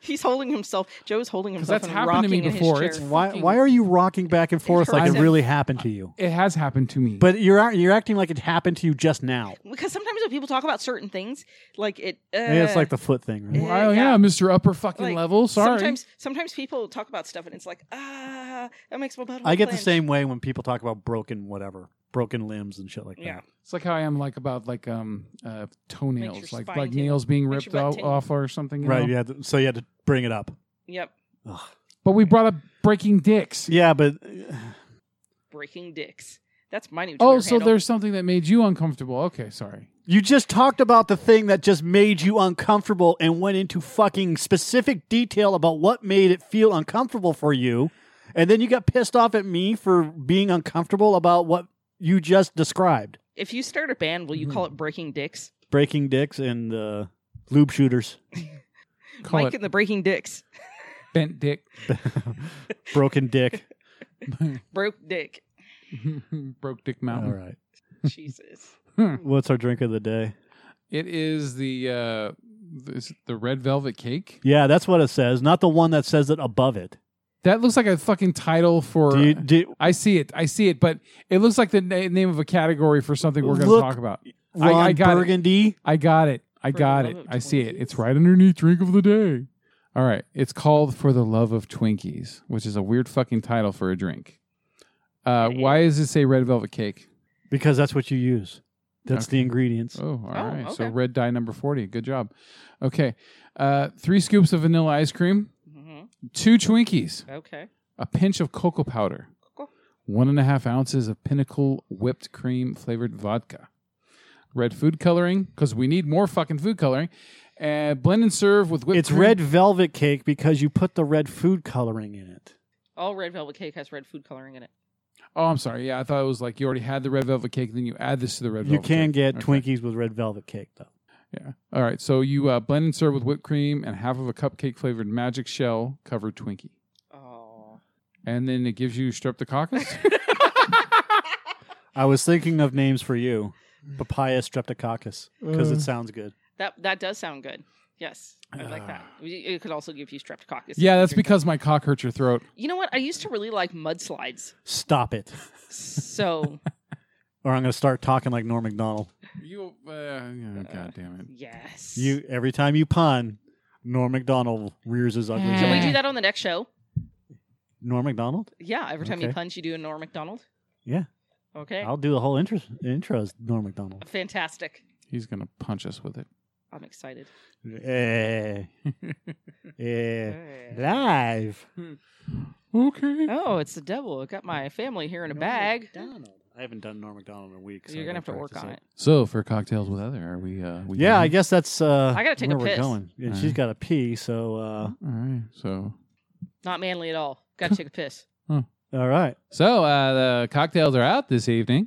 Speaker 2: He's holding himself. Joe's holding himself
Speaker 3: that's
Speaker 2: and
Speaker 3: happened to
Speaker 2: rocking
Speaker 3: me
Speaker 2: in
Speaker 3: before.
Speaker 2: his
Speaker 3: It's
Speaker 2: chair.
Speaker 1: Why
Speaker 3: Fucking-
Speaker 1: why are you rocking back and forth like it
Speaker 2: hurts.
Speaker 1: really happened to you?
Speaker 3: It has happened to me.
Speaker 1: But you're act- you're acting like it happened to you just now.
Speaker 2: because sometimes when people talk about certain things, like it, uh,
Speaker 1: Maybe it's like the foot thing, right?
Speaker 2: Yeah,
Speaker 3: wow, yeah,
Speaker 2: Eh, yeah.
Speaker 3: Mr. Upper fucking
Speaker 2: like,
Speaker 3: level. Sorry.
Speaker 2: Sometimes, sometimes people talk about stuff and it's like, ah, that makes my bottom.
Speaker 1: I get the
Speaker 2: clench.
Speaker 1: same way when people talk about broken whatever, broken limbs and shit like
Speaker 2: Yeah.
Speaker 1: that.
Speaker 3: It's like how I am like about like um uh
Speaker 2: Makes
Speaker 3: toenails,
Speaker 2: your
Speaker 3: like
Speaker 2: spine
Speaker 3: like
Speaker 2: tingle.
Speaker 3: nails being
Speaker 2: Makes
Speaker 3: ripped
Speaker 2: your butt
Speaker 3: out
Speaker 2: tingle.
Speaker 3: off or something. you
Speaker 1: Right?
Speaker 3: know?
Speaker 1: You had to, so you had to bring it up.
Speaker 2: Yep,
Speaker 3: But we brought up breaking dicks.
Speaker 1: Yeah, but uh,
Speaker 2: breaking dicks. That's my new.
Speaker 3: Oh,
Speaker 2: Twitter
Speaker 3: so
Speaker 2: handle.
Speaker 3: there's something that made you uncomfortable. Okay, sorry.
Speaker 1: You just talked about the thing that just made you uncomfortable and went into fucking specific detail about what made it feel uncomfortable for you. And then you got pissed off at me for being uncomfortable about what you just described
Speaker 2: If you start a band, will you
Speaker 1: Mm-hmm.
Speaker 2: call it Breaking Dicks?
Speaker 1: breaking dicks and uh, lube shooters,
Speaker 3: Call
Speaker 2: Mike
Speaker 3: it
Speaker 2: and the Breaking Dicks.
Speaker 3: bent dick,
Speaker 1: broken dick.
Speaker 2: Broke dick.
Speaker 3: broke dick
Speaker 1: All
Speaker 3: mountain.
Speaker 1: right.
Speaker 2: Jesus.
Speaker 1: What's our drink of the day?
Speaker 3: It is the uh is it the red velvet cake.
Speaker 1: Yeah, that's what it says, not the one that says it above it.
Speaker 3: That looks like a fucking title for.
Speaker 1: Do you, do,
Speaker 3: I see it. I see it, but it looks like the na- name of a category for something we're going to
Speaker 1: Look-
Speaker 3: talk about. I- I
Speaker 1: Ron
Speaker 3: got it.
Speaker 1: Burgundy?
Speaker 3: I got it. I
Speaker 2: For the
Speaker 3: got
Speaker 2: love
Speaker 3: it.
Speaker 2: of
Speaker 3: I see it.
Speaker 2: Twinkies.
Speaker 3: It's right underneath drink of the day. All right. It's called For the Love of Twinkies, which is a weird fucking title for a drink. Uh, why does it say red velvet cake?
Speaker 1: Because that's what you use. That's the
Speaker 3: Okay.
Speaker 1: ingredients.
Speaker 3: Oh, all right. So
Speaker 2: okay.
Speaker 3: red dye number 40. Good job. Okay. Uh, three scoops of vanilla ice cream,
Speaker 2: hmm
Speaker 3: two Twinkies,
Speaker 2: Okay.
Speaker 3: a pinch of cocoa powder,
Speaker 2: Cool.
Speaker 3: one and a half ounces of pinnacle whipped cream flavored vodka, red food coloring, because we need more fucking food coloring. Uh, blend and serve with whipped
Speaker 1: It's
Speaker 3: cream.
Speaker 1: red velvet cake because you put the red food coloring in it.
Speaker 2: All red velvet cake has red food coloring in it.
Speaker 3: Oh, I'm sorry. Yeah, I thought it was like you already had the red velvet cake, then you add this to the red
Speaker 1: You
Speaker 3: velvet.
Speaker 1: can
Speaker 3: cake.
Speaker 1: get
Speaker 3: Okay.
Speaker 1: Twinkies with red velvet cake though.
Speaker 3: Yeah. All right. So you uh, blend and serve with whipped cream and half of a cupcake flavored magic shell covered Twinkie,
Speaker 2: Oh.
Speaker 3: and then it gives you streptococcus.
Speaker 1: I was thinking of names for you. Papaya streptococcus because
Speaker 3: Uh.
Speaker 1: it sounds good.
Speaker 2: That that does sound good. Yes, I like
Speaker 1: Ah.
Speaker 2: that. It could also give you streptococcus.
Speaker 3: Yeah, that's because my cock hurts your throat.
Speaker 2: You know what? I used to really like mudslides.
Speaker 1: Stop it.
Speaker 2: So,
Speaker 1: Or I'm going to start talking like Norm MacDonald.
Speaker 3: You, uh, oh, god damn it.
Speaker 2: yes.
Speaker 1: You every time you pun, Norm MacDonald rears his ugly.
Speaker 2: Can we
Speaker 1: head.
Speaker 2: do that on the next show?
Speaker 1: Norm MacDonald?
Speaker 2: Yeah, every time you
Speaker 1: Okay.
Speaker 2: punch, you do a Norm MacDonald.
Speaker 1: Yeah.
Speaker 2: Okay.
Speaker 1: I'll do the whole intro intros Norm MacDonald.
Speaker 2: Fantastic.
Speaker 3: He's gonna punch us with it.
Speaker 2: I'm excited.
Speaker 1: Eh, eh, live.
Speaker 3: Okay.
Speaker 2: Oh, it's the devil. I got my family here in a bag.
Speaker 1: I haven't done Norm MacDonald in a week.
Speaker 2: You're gonna have to work on it.
Speaker 3: So for cocktails with other, are we? Uh, we
Speaker 1: Yeah, I
Speaker 3: done?
Speaker 1: guess that's uh
Speaker 2: I gotta take
Speaker 1: where
Speaker 2: a
Speaker 1: we're
Speaker 2: piss.
Speaker 1: going. And
Speaker 3: All
Speaker 1: she's
Speaker 3: right.
Speaker 1: got to pee, so uh
Speaker 3: All right. So
Speaker 2: Not manly at all. Got to take a piss.
Speaker 1: all right.
Speaker 3: so uh, the cocktails are out this evening.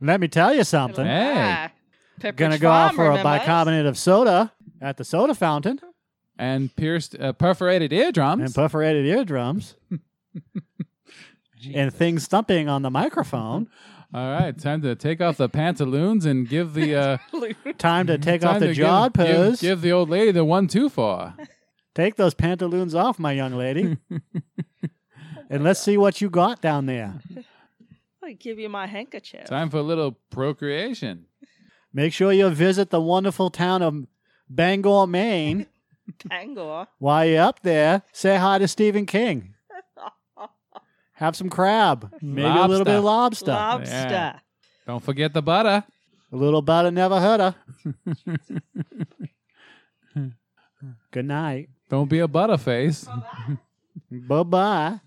Speaker 1: Let me tell you something.
Speaker 3: Hey.
Speaker 2: Ah, Pepperidge
Speaker 1: Gonna go out
Speaker 2: Farm,
Speaker 1: for a
Speaker 2: remember?
Speaker 1: bicarbonate of soda at the soda fountain
Speaker 3: and pierced uh, perforated eardrums.
Speaker 1: and perforated eardrums and things thumping on the microphone.
Speaker 3: All right, time to take off the pantaloons and give the uh,
Speaker 1: Time
Speaker 2: Mm-hmm.
Speaker 1: to take off
Speaker 3: time
Speaker 1: the
Speaker 3: to
Speaker 1: jaw
Speaker 3: give, give-
Speaker 1: pose.
Speaker 3: Give, the old lady the one two for.
Speaker 1: Take those pantaloons off, my young lady. and let's see what you got down there.
Speaker 2: I give you my handkerchief.
Speaker 3: time for a little procreation.
Speaker 1: Make sure you visit the wonderful town of Bangor, Maine.
Speaker 2: Tango.
Speaker 1: While you're up there, say hi to Stephen King. Have some crab, maybe a little bit of lobster.
Speaker 2: Lobster.
Speaker 3: Yeah. Don't forget the butter.
Speaker 1: a little butter never hurt her. Good night.
Speaker 3: Don't be a butterface.
Speaker 1: Bye bye.